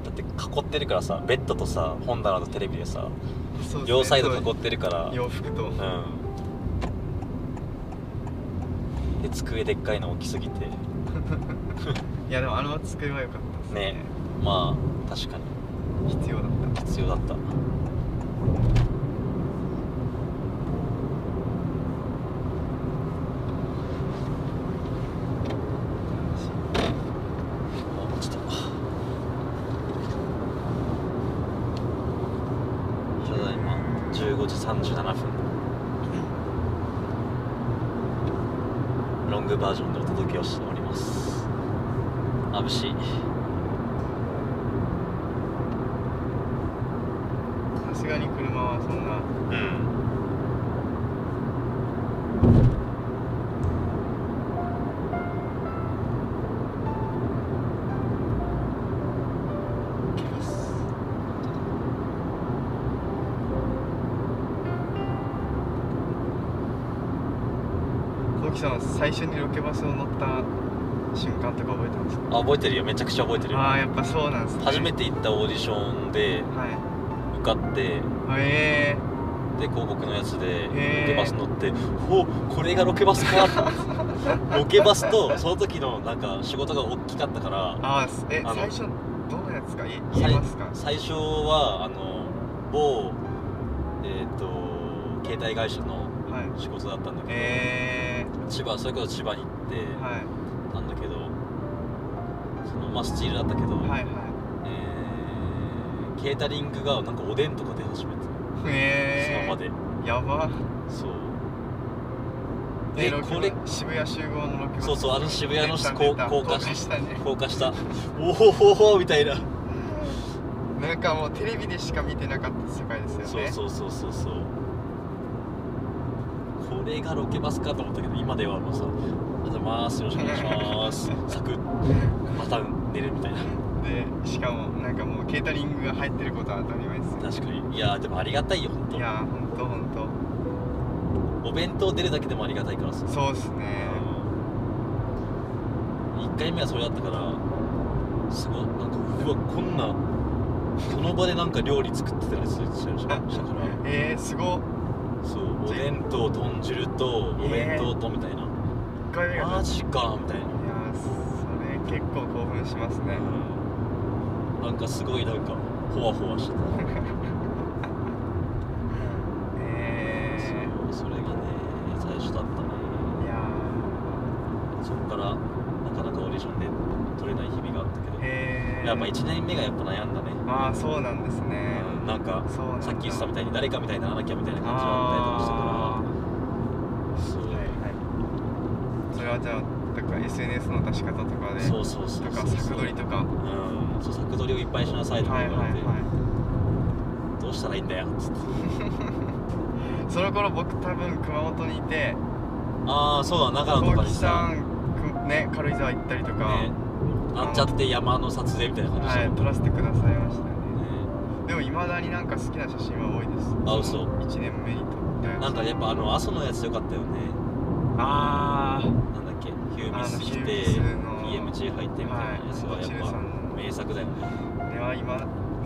Speaker 1: だって囲ってるからさベッドとさ本棚とテレビでさ
Speaker 3: そうですね
Speaker 1: 両サイド囲ってるから
Speaker 3: 洋服と
Speaker 1: うんで机でっかいの置きすぎて
Speaker 3: いやでもあの机は良かったですね
Speaker 1: ねまあ確かに
Speaker 3: 必要だった
Speaker 1: 必要だったあ落ちたただいま15時37分ロングバージョンでお届けをしておりますあぶしい
Speaker 3: さすがに車はそんな
Speaker 1: うん
Speaker 3: 行けますコウキさんは最初にロケバスを乗った瞬間とか覚えてますか
Speaker 1: あ覚えてるよめちゃくちゃ覚えてるよ
Speaker 3: ああやっぱそうなんですね
Speaker 1: 初めて行ったオーディションで
Speaker 3: は
Speaker 1: 受かって
Speaker 3: いへえ
Speaker 1: で広告のやつでロ
Speaker 3: へー
Speaker 1: ケバス乗って「おこれがロケバスか!」ロケバスとその時のなんか仕事が大きかったから
Speaker 3: ああすえ
Speaker 1: あの
Speaker 3: 最初どのやつかい言えますか
Speaker 1: 最初はあの某えっ、と携帯会社の
Speaker 3: はい
Speaker 1: 仕事だったんだけど、
Speaker 3: え
Speaker 1: 千葉それこそ千葉に行って
Speaker 3: ー、はい
Speaker 1: たんだけど、そのまあスチールだったけど、
Speaker 3: はいはい
Speaker 1: えーケータリングがなんかおでんとか出始めて、
Speaker 3: えー、
Speaker 1: その場で
Speaker 3: やば
Speaker 1: そう
Speaker 3: え
Speaker 1: でこれ
Speaker 3: 渋谷集合のロケバス
Speaker 1: そうそうあの渋谷の
Speaker 3: 出た
Speaker 1: こう
Speaker 3: 出た
Speaker 1: 高架
Speaker 3: 高架下 <laughs> ね
Speaker 1: 高架下おほほほみたいな
Speaker 3: なんかもうテレビでしか見てなかった世界ですよね
Speaker 1: そうそうそうそうそうこれがロケバスかと思ったけど今ではもうさ「おはようございますよろしくお願いし
Speaker 3: <laughs>
Speaker 1: ます」サクッまた寝るみたいな
Speaker 3: でしかもなんかもうケータリングが入ってることは当たり前ですよ
Speaker 1: 確かにいやーでもありがたいよ本
Speaker 3: いやーほんとほん
Speaker 1: 当お弁当出るだけでもありがたいからさ
Speaker 3: とそうっすね
Speaker 1: うん1回目はそれだったからすごいなんかうわこんなその場でなんか料理作ってたりするしたしたから
Speaker 3: えー、すごっ
Speaker 1: そうおでんと豚汁とお弁当とみたいな、
Speaker 3: 1回目が
Speaker 1: マジかみたいな、
Speaker 3: いやーそれ結構興奮しますね
Speaker 1: うんなんかすごいなんかほわほわしてた、
Speaker 3: えー、
Speaker 1: そうそれがね最初だったね
Speaker 3: いや
Speaker 1: そこからなかなかオーディションで取れない日々があったけど、
Speaker 3: ーえー、
Speaker 1: やっぱ1年目がやっぱ悩んだね、
Speaker 3: ああそうなんですね
Speaker 1: うんなんか
Speaker 3: そうなんだ
Speaker 1: さっき言ってたみたいに誰かみたいにならなきゃみたいな感じが
Speaker 3: あ
Speaker 1: あったりとかしてた
Speaker 3: ー
Speaker 1: か
Speaker 3: はいはいそれはじゃあだから SNS の出し方とか
Speaker 1: ら
Speaker 3: で
Speaker 1: そうそうそうそう
Speaker 3: とか作取りとか
Speaker 1: うんそう作取りをいっぱいしなさいとか
Speaker 3: はい
Speaker 1: 言わ
Speaker 3: はい
Speaker 1: れて、
Speaker 3: は
Speaker 1: どうしたらいいんだよっつって
Speaker 3: いその頃僕多分熊本にいて
Speaker 1: ああそうだ長野と
Speaker 3: 大
Speaker 1: か
Speaker 3: 木
Speaker 1: に
Speaker 3: さ
Speaker 1: さ、ね、
Speaker 3: んくね軽井沢行ったりとか、
Speaker 1: なんちゃって山の撮影みたいな感じでし
Speaker 3: は
Speaker 1: たも
Speaker 3: い
Speaker 1: んね
Speaker 3: 撮らせてくださいましたね
Speaker 1: ね
Speaker 3: でもいまだになんか好きな写真は多いです
Speaker 1: あ嘘
Speaker 3: 1年目に撮ったやつ
Speaker 1: なんかやっぱあの阿蘇のやつよかったよね
Speaker 3: あ
Speaker 1: なんだっけヒューミス着
Speaker 3: あの
Speaker 1: て
Speaker 3: ヒューミス
Speaker 1: PMG 入ってみたいなやつは
Speaker 3: はい
Speaker 1: やっ
Speaker 3: ミチルさん
Speaker 1: ぱ
Speaker 3: の
Speaker 1: 名作だよね
Speaker 3: ああれは今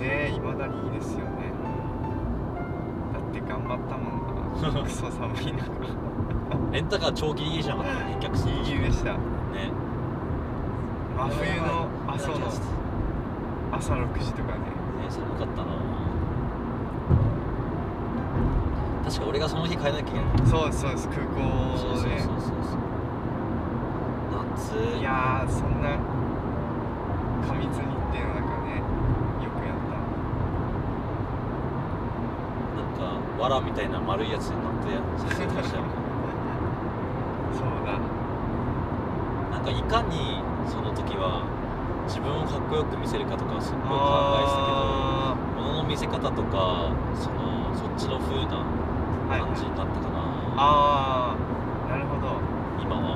Speaker 3: ねいまだにいいですよねだって頑張ったもんなクソ寒い中
Speaker 1: レンタカー長期逃げじゃなかったね <laughs> 客数
Speaker 3: いいでした
Speaker 1: ね
Speaker 3: 真冬の阿蘇の朝6時とかね
Speaker 1: ね寒かったな確か俺がその日帰らなきゃいけない
Speaker 3: そうですそうです空
Speaker 1: そう
Speaker 3: 港
Speaker 1: そうそう
Speaker 3: で
Speaker 1: そうそう夏
Speaker 3: いやーそんな過密日程の中ねよくやっ
Speaker 1: なんかわらみたいな丸いやつに乗って写真撮りましたよね
Speaker 3: た <laughs> そうだ
Speaker 1: なんかいかにその時は自分をかっこよく見せるかとかはすっごい考えてたけど
Speaker 3: あ
Speaker 1: ものの見せ方とかそのそっちの風な
Speaker 3: ーはい
Speaker 1: 感じになったかな、
Speaker 3: ああなるほど
Speaker 1: 今は
Speaker 3: うんうんうん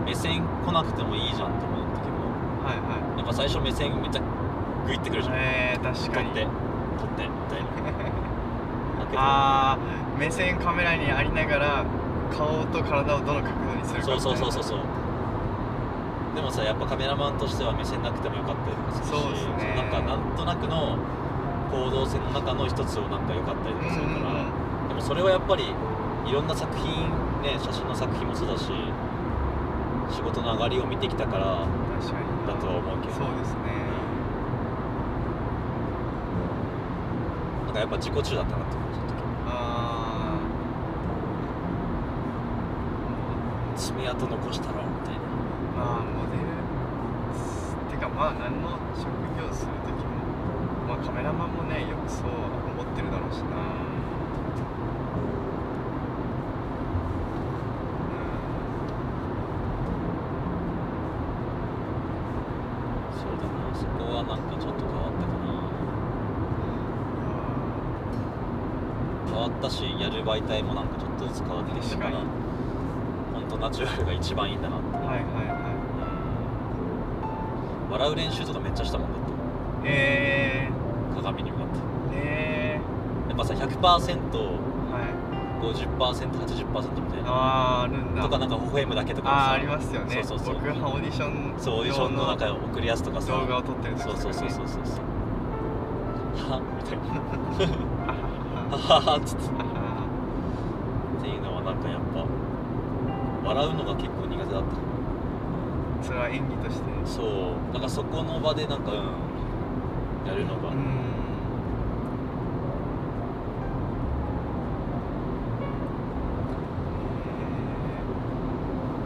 Speaker 3: うん
Speaker 1: 目線来なくてもいいじゃんと思ったけど
Speaker 3: はいは
Speaker 1: やっぱ最初目線めっちゃグイってくるじゃん、
Speaker 3: いえー、確か
Speaker 1: 取
Speaker 3: に
Speaker 1: って取ってみたいな
Speaker 3: <laughs>
Speaker 1: だけど
Speaker 3: ああ目線カメラにありながら顔と体をどの角度にするか
Speaker 1: そうそうそうそううそうでもさやっぱカメラマンとしては目線なくてもよかったりとかするし
Speaker 3: そうですね
Speaker 1: なんかなんとなくの行動性の中の一つをなんか良かったりと
Speaker 3: う
Speaker 1: かするから、
Speaker 3: ん
Speaker 1: でもそれはやっぱりいろんな作品ね写真の作品もそうだし仕事の上がりを見てきたから
Speaker 3: 確かに
Speaker 1: だとは思うけど
Speaker 3: そうですね
Speaker 1: なんかやっぱ自己中だったなって思った時
Speaker 3: あ
Speaker 1: 爪痕残したろみたいな
Speaker 3: あまあモデルてかまあ何の職業する時もまあカメラマンもねよくそう思ってるだろうしなうん
Speaker 1: そうだなそこはなんかちょっと変わったかな変わったしやる媒体もなんかちょっとずつ変わってきたから
Speaker 3: 確か
Speaker 1: 本当ナチュラルが一番いいんだなって
Speaker 3: いやーはいはいはい
Speaker 1: 笑う練習とかめっちゃしたもんだっ
Speaker 3: え
Speaker 1: て鏡に向かって
Speaker 3: ー、え
Speaker 1: やっぱさ 100%50%80%
Speaker 3: ー、はい。
Speaker 1: みたいな
Speaker 3: あー、あるんだ。
Speaker 1: とかなんか微笑むだけとかも
Speaker 3: あ
Speaker 1: さ
Speaker 3: ー、ありますよね。
Speaker 1: そうそうそう
Speaker 3: 僕はオーディション
Speaker 1: そうオーディションの中
Speaker 3: 用
Speaker 1: を送りやすとかさ
Speaker 3: 動画を撮ってる時と
Speaker 1: そう
Speaker 3: か、
Speaker 1: そうそ
Speaker 3: ね。
Speaker 1: うそうそうそうはみたいな
Speaker 3: あ
Speaker 1: ははっつって
Speaker 3: は
Speaker 1: っていうのはなんかやっぱ笑うのが結構苦手だった
Speaker 3: はそれは演技として。
Speaker 1: そうだからそこの場でなんかうんやるのが、
Speaker 3: うーん。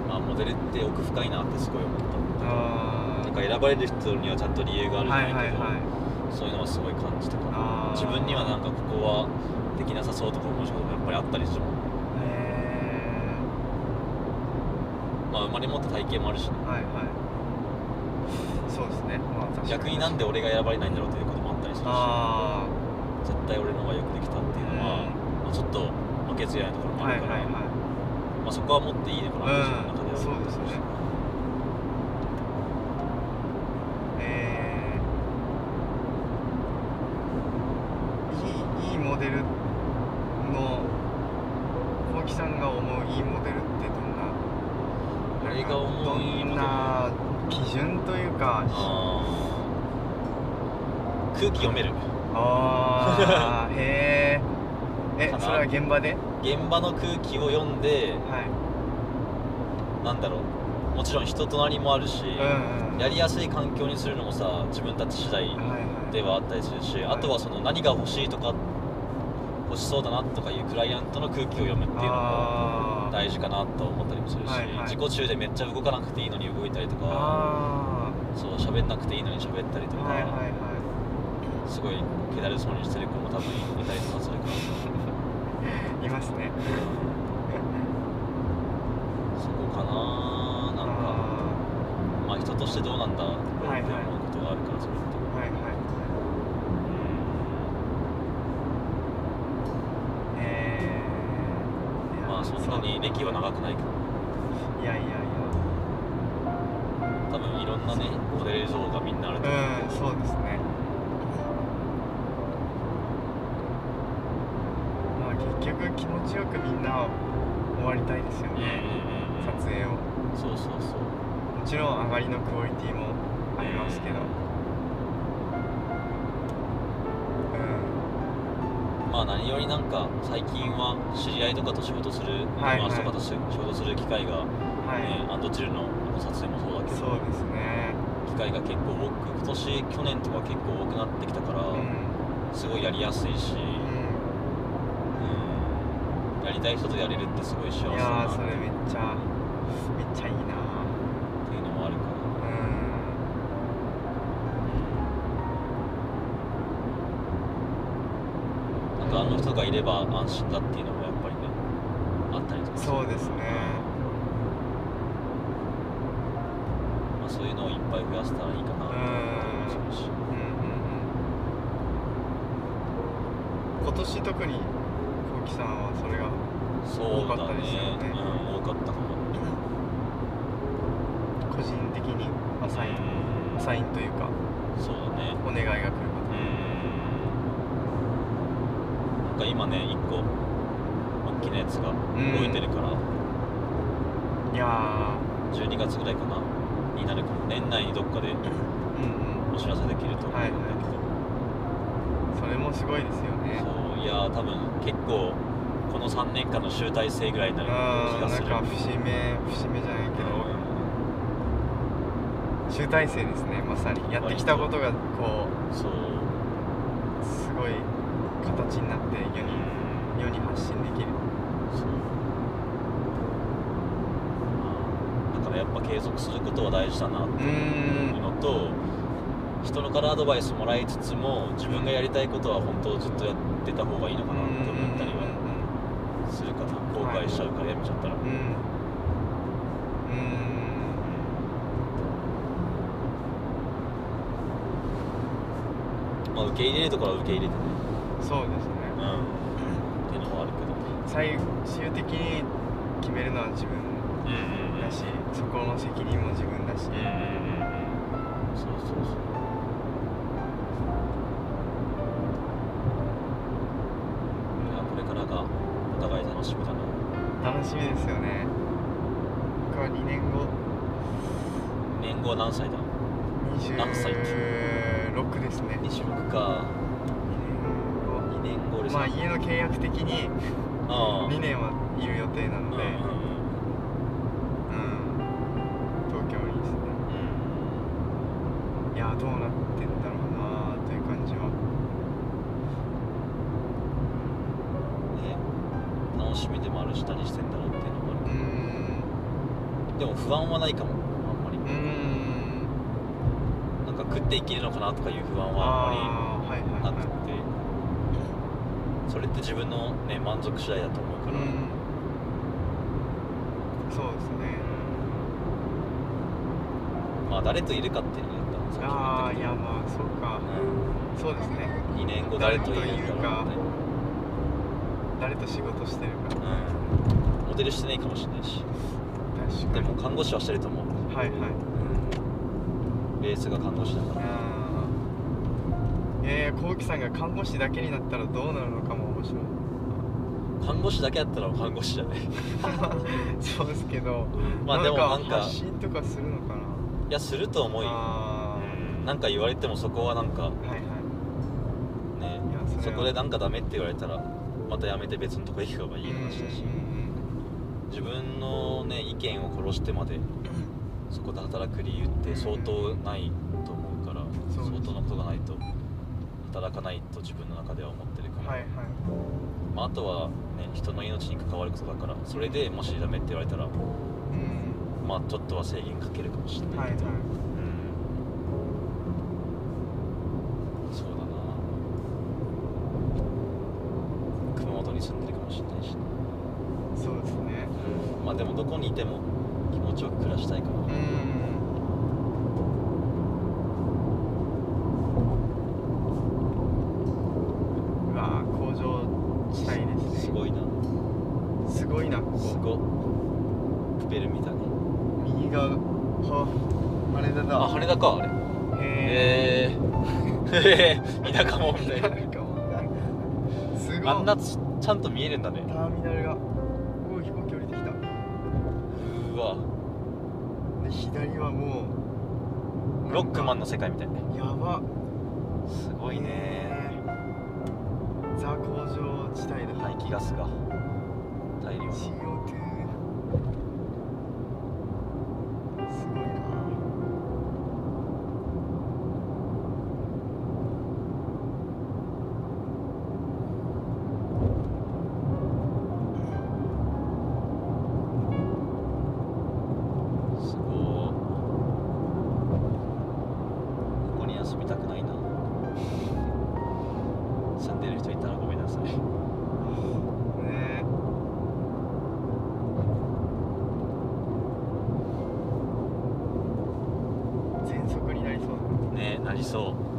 Speaker 1: まあモデルって奥深いなってすごい思っ
Speaker 3: あ
Speaker 1: たなん
Speaker 3: ー
Speaker 1: か選ばれる人にはちゃんと理由があるじ
Speaker 3: はい
Speaker 1: ゃ
Speaker 3: は
Speaker 1: ない
Speaker 3: い
Speaker 1: けど、
Speaker 3: は
Speaker 1: そういうのはすごい感じたかな
Speaker 3: あー
Speaker 1: 自分にはなんかここはできなさそうとか思うこともやっぱりあったりするもん
Speaker 3: い。え
Speaker 1: まあ生まれ持った体型もあるしね
Speaker 3: ー、はいはい。そうですね。まあ、確か
Speaker 1: 逆になんで俺が選ばれないんだろうということもあったりするし
Speaker 3: あ
Speaker 1: 絶対俺の方がよくできたっていうのは、まあ、ちょっと負けず嫌いなところ
Speaker 3: ー、
Speaker 1: もあ
Speaker 3: はい
Speaker 1: る
Speaker 3: は
Speaker 1: から、
Speaker 3: いはい。
Speaker 1: まあ、そこは持っていいのかなって自分の中では思
Speaker 3: うん
Speaker 1: ったり
Speaker 3: そう
Speaker 1: し
Speaker 3: ですねえーいいいいモデルの大木さんが思ういいモデルってどんな
Speaker 1: 俺が思ういい
Speaker 3: か
Speaker 1: あー空気読める
Speaker 3: ああへええ
Speaker 1: かな
Speaker 3: それは現場で
Speaker 1: 現場の空気を読んで
Speaker 3: は
Speaker 1: なんだろうもちろん人となりもあるし、
Speaker 3: いうんうん
Speaker 1: やりやすい環境にするのもさ自分たち次第
Speaker 3: はいはい
Speaker 1: ではあったりするし、あとはその何が欲しいとか欲しそうだなとかいうクライアントの空気を読むっていうのも
Speaker 3: あー
Speaker 1: 大事かなと思ったりもするし、
Speaker 3: はいはい
Speaker 1: 自己中でめっちゃ動かなくていいのに動いたりとか
Speaker 3: あ
Speaker 1: そう喋んなくていいのに喋ったりと
Speaker 3: ー
Speaker 1: か、
Speaker 3: はいはいは
Speaker 1: すごい気だるそうにしてる子も多分いたりとかするから
Speaker 3: いいますね
Speaker 1: そこかななんか
Speaker 3: あ
Speaker 1: まあ人としてどうなんだって思
Speaker 3: はいは
Speaker 1: こ
Speaker 3: いう
Speaker 1: とがあるからそれって。
Speaker 3: ーはいはいうえーいや
Speaker 1: まあそんなに歴は長くないけど
Speaker 3: そういやいやいや
Speaker 1: 多分いろんなねモデル像がみんなあると思う
Speaker 3: うんそうですねまあ結局気持ちよくみんな終わりたいですよ
Speaker 1: うんうんう
Speaker 3: ね
Speaker 1: んうん
Speaker 3: 撮影を
Speaker 1: そうそうそう
Speaker 3: もちろん上がりのクオリティもありますけどうん
Speaker 1: まあ何よりなんか最近は知り合いとかと仕事する
Speaker 3: はいはい
Speaker 1: 友達とかと仕事する機会が、ね
Speaker 3: はい
Speaker 1: アンドチルのあの撮影もそうだけ
Speaker 3: そう
Speaker 1: ど
Speaker 3: ですね
Speaker 1: 機会が結構多く今年去年とか結構多くなってきたから、
Speaker 3: うん
Speaker 1: すごいやりやすいし、
Speaker 3: う
Speaker 1: うんやりたい人とやれるってすごい幸せ
Speaker 3: んい
Speaker 1: だ
Speaker 3: や
Speaker 1: な
Speaker 3: ー
Speaker 1: っ
Speaker 3: そ
Speaker 1: て
Speaker 3: れめっちゃめっちゃいいな
Speaker 1: いうのもあるから。
Speaker 3: うん
Speaker 1: なんかあの人がいれば安心だっていうのもやっぱりねあったりとかする
Speaker 3: そうですね
Speaker 1: まあ、そういうのをいっぱい増やせたらいいかなと思ってますし
Speaker 3: うんうんうん今年特にこうきさんはそれが
Speaker 1: そう
Speaker 3: 多かっ
Speaker 1: だ
Speaker 3: たですよ
Speaker 1: ね
Speaker 3: ね
Speaker 1: うん多かったかも
Speaker 3: 個人的にアサインアサインというか
Speaker 1: そうだね
Speaker 3: お願いが来るこ
Speaker 1: うんなんか今ね一個大きなやつが動いてるから、
Speaker 3: といや
Speaker 1: 12月ぐらいかなになるから年内にどっかで
Speaker 3: ーうん
Speaker 1: お知らせできると思うんだけど、
Speaker 3: うんそれもすごいですよね
Speaker 1: そういやー多分結構この3年間の集大成ぐらいにな
Speaker 3: う
Speaker 1: る
Speaker 3: ん
Speaker 1: 気が
Speaker 3: なん
Speaker 1: する
Speaker 3: か節目節目じゃないけど集大成ですねまさにやってきたことがこ
Speaker 1: うんそう
Speaker 3: うすごい形になって世に世に発信できる
Speaker 1: そうだからやっぱ継続することは大事だなって
Speaker 3: う
Speaker 1: いう
Speaker 3: ーん
Speaker 1: のと人のからアドバイスもらいつつも自分がやりたいことは本当ずっとやってた方がいいのかなって思ったりはするかな後悔しちゃうからやめちゃったら、
Speaker 3: うんうん
Speaker 1: ま
Speaker 3: うん
Speaker 1: あ、受け入れるところは受け入れてね
Speaker 3: そうですね
Speaker 1: うんっていうのもあるけど
Speaker 3: 最終的に決めるのは自分
Speaker 1: うんうん
Speaker 3: だしそこの責任も自分だし
Speaker 1: うんうんうんうんそうそうそういやこれからがお互い楽しみだな
Speaker 3: 楽しみですよね僕は2年後
Speaker 1: 年後は何歳だ何歳
Speaker 3: 26ですね
Speaker 1: 26か2
Speaker 3: 2
Speaker 1: 年後
Speaker 3: 年
Speaker 1: です
Speaker 3: 後まあ家の契約的に
Speaker 1: あ
Speaker 3: 2年はいる予定な
Speaker 1: うん
Speaker 3: の
Speaker 1: うんう
Speaker 3: で
Speaker 1: ん
Speaker 3: うん東京にですねいやどうなってんだろうなという感じは
Speaker 1: うんね楽しみでもあるし何してんだろうっていうのも
Speaker 3: う
Speaker 1: あ
Speaker 3: ーん
Speaker 1: るでも不安はないかもあんまり
Speaker 3: うーん
Speaker 1: なんか食っていけるのかなとかいう不安はあんまり
Speaker 3: ああーはいはい
Speaker 1: な
Speaker 3: は
Speaker 1: く
Speaker 3: い
Speaker 1: てそれって自分のね満足次第だと思うから、
Speaker 3: うんそうですね
Speaker 1: まあ誰といるかっていうのがやっぱさっき
Speaker 3: ああ
Speaker 1: も
Speaker 3: いや
Speaker 1: 言っ
Speaker 3: まあそうか
Speaker 1: たけど、う
Speaker 3: そうですね
Speaker 1: ん、2年後誰といるかだろうね
Speaker 3: 誰と仕事してるか
Speaker 1: うんモデルしてないかもしれないし
Speaker 3: 確か
Speaker 1: で
Speaker 3: に
Speaker 1: も看護師はしてると思う、
Speaker 3: はいはい
Speaker 1: ベースが看護師だから
Speaker 3: うんえー、こうきさんが看護師だけになったらどうなるのかも面白い
Speaker 1: 看護師だけだったら看護師じゃない
Speaker 3: そうですけど
Speaker 1: まあでもなんか
Speaker 3: 発信とかするのかない
Speaker 1: やすると思うよ
Speaker 3: あうん
Speaker 1: なんか言われてもそこはなんか
Speaker 3: はいは
Speaker 1: ね
Speaker 3: いやそれは
Speaker 1: そこでなんかダメって言われたらまたやめて別のとこ行けば
Speaker 3: い
Speaker 1: いい話だし
Speaker 3: うん
Speaker 1: 自分のね意見を殺してまでそこで働く理由って相当ないと思うから
Speaker 3: そうです
Speaker 1: 相当なことがないと働かないと自分の中では思ってるから、
Speaker 3: はいはい
Speaker 1: まあ、あとはね人の命に関わることだからそれでもしダメって言われたら
Speaker 3: うん
Speaker 1: まあちょっとは制限かけるかもしれな
Speaker 3: はい
Speaker 1: いけど、
Speaker 3: は
Speaker 1: うんそうだな熊本に住んでるかもしれないしね、
Speaker 3: いそうですね
Speaker 1: まあでもどこにいても気持ちよく暮らしたいから、
Speaker 3: うんうわー工場地帯ですね
Speaker 1: すごいな
Speaker 3: すごいなこ
Speaker 1: す
Speaker 3: こ
Speaker 1: ごプペルみたいな
Speaker 3: 右がは羽田だ
Speaker 1: あ羽田かあれ
Speaker 3: へ
Speaker 1: へえ <laughs> 田舎もんね
Speaker 3: えなんかもうなんかすごい
Speaker 1: あんなちちゃんと見えるんだね
Speaker 3: ターミナルがこう飛行機降りてきた
Speaker 1: うわ
Speaker 3: で左はもう
Speaker 1: ロックマ
Speaker 3: ン
Speaker 1: ンの世界みたいね
Speaker 3: やば
Speaker 1: すごいね
Speaker 3: ザ工場地帯だ
Speaker 1: 排気ガスが大量
Speaker 3: CO2
Speaker 1: に
Speaker 3: すごいな
Speaker 1: すごいここには住みたくないな住んでる人いたらごめんなさい
Speaker 3: ねえ全速になりそうだ
Speaker 1: ねなりそう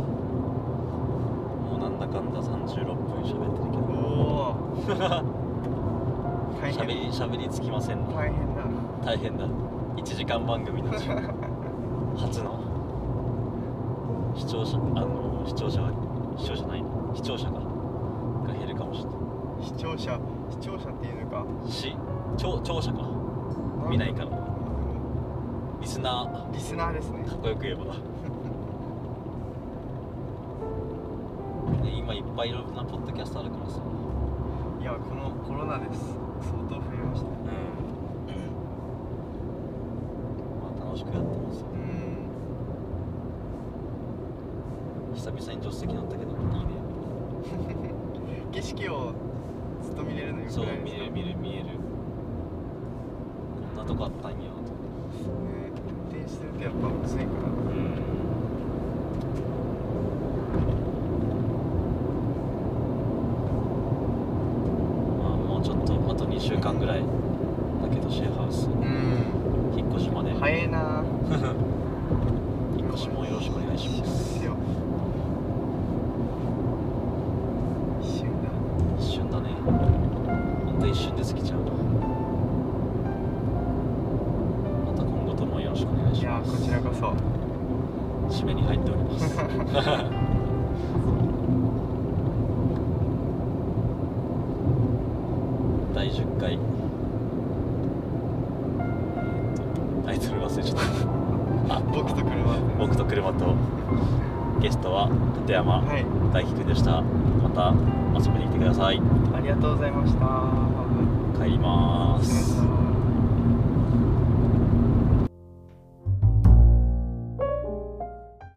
Speaker 1: もうなんだかんだ36分喋ってるけど
Speaker 3: おお
Speaker 1: <laughs>
Speaker 3: 大
Speaker 1: 喋
Speaker 3: 変
Speaker 1: り喋りつきませんな
Speaker 3: 大変だ
Speaker 1: 大変だ1時間番組の初の視聴者あの視聴者は視聴者ないな視聴者がが減るかもしれない
Speaker 3: 視聴者視聴者っていうのか
Speaker 1: し聴聴者か見ないから
Speaker 3: うん
Speaker 1: リスナー
Speaker 3: リスナーですね
Speaker 1: かっこよく言えば <laughs> ね今いっぱいいろんなポッドキャストあるからさ
Speaker 3: いやこのコロナです相当増えました
Speaker 1: うんまあ楽しくやってますよ
Speaker 3: うん
Speaker 1: 久々に助手席乗ったけどいいね
Speaker 3: 景色をずっと見れるのよく
Speaker 1: そう
Speaker 3: ないで
Speaker 1: 見
Speaker 3: す
Speaker 1: え
Speaker 3: か
Speaker 1: る見える見えるこんなとこあったんやと
Speaker 3: ね運転してるとやっぱ暑いか
Speaker 1: う
Speaker 3: ら
Speaker 1: んまあもうちょっとあと2週間ぐらいだけどシェアハウス
Speaker 3: うん
Speaker 1: 引っ越しまで
Speaker 3: 早いな
Speaker 1: 引っ越しもよろしくお願いします
Speaker 3: よ一瞬だ
Speaker 1: 一瞬だねほんと一瞬で過ぎちゃうなまた今後ともよろしくお願い
Speaker 3: い
Speaker 1: し
Speaker 3: や
Speaker 1: ます
Speaker 3: こちらこそ
Speaker 1: 締めに入っております <laughs> 第10回えーとタイトル忘れちゃった
Speaker 3: 僕と車
Speaker 1: 僕と車とゲストは立山
Speaker 3: はい
Speaker 1: 大輝くんでしたまた遊びに来てください
Speaker 3: ありがとうございました
Speaker 1: 帰ります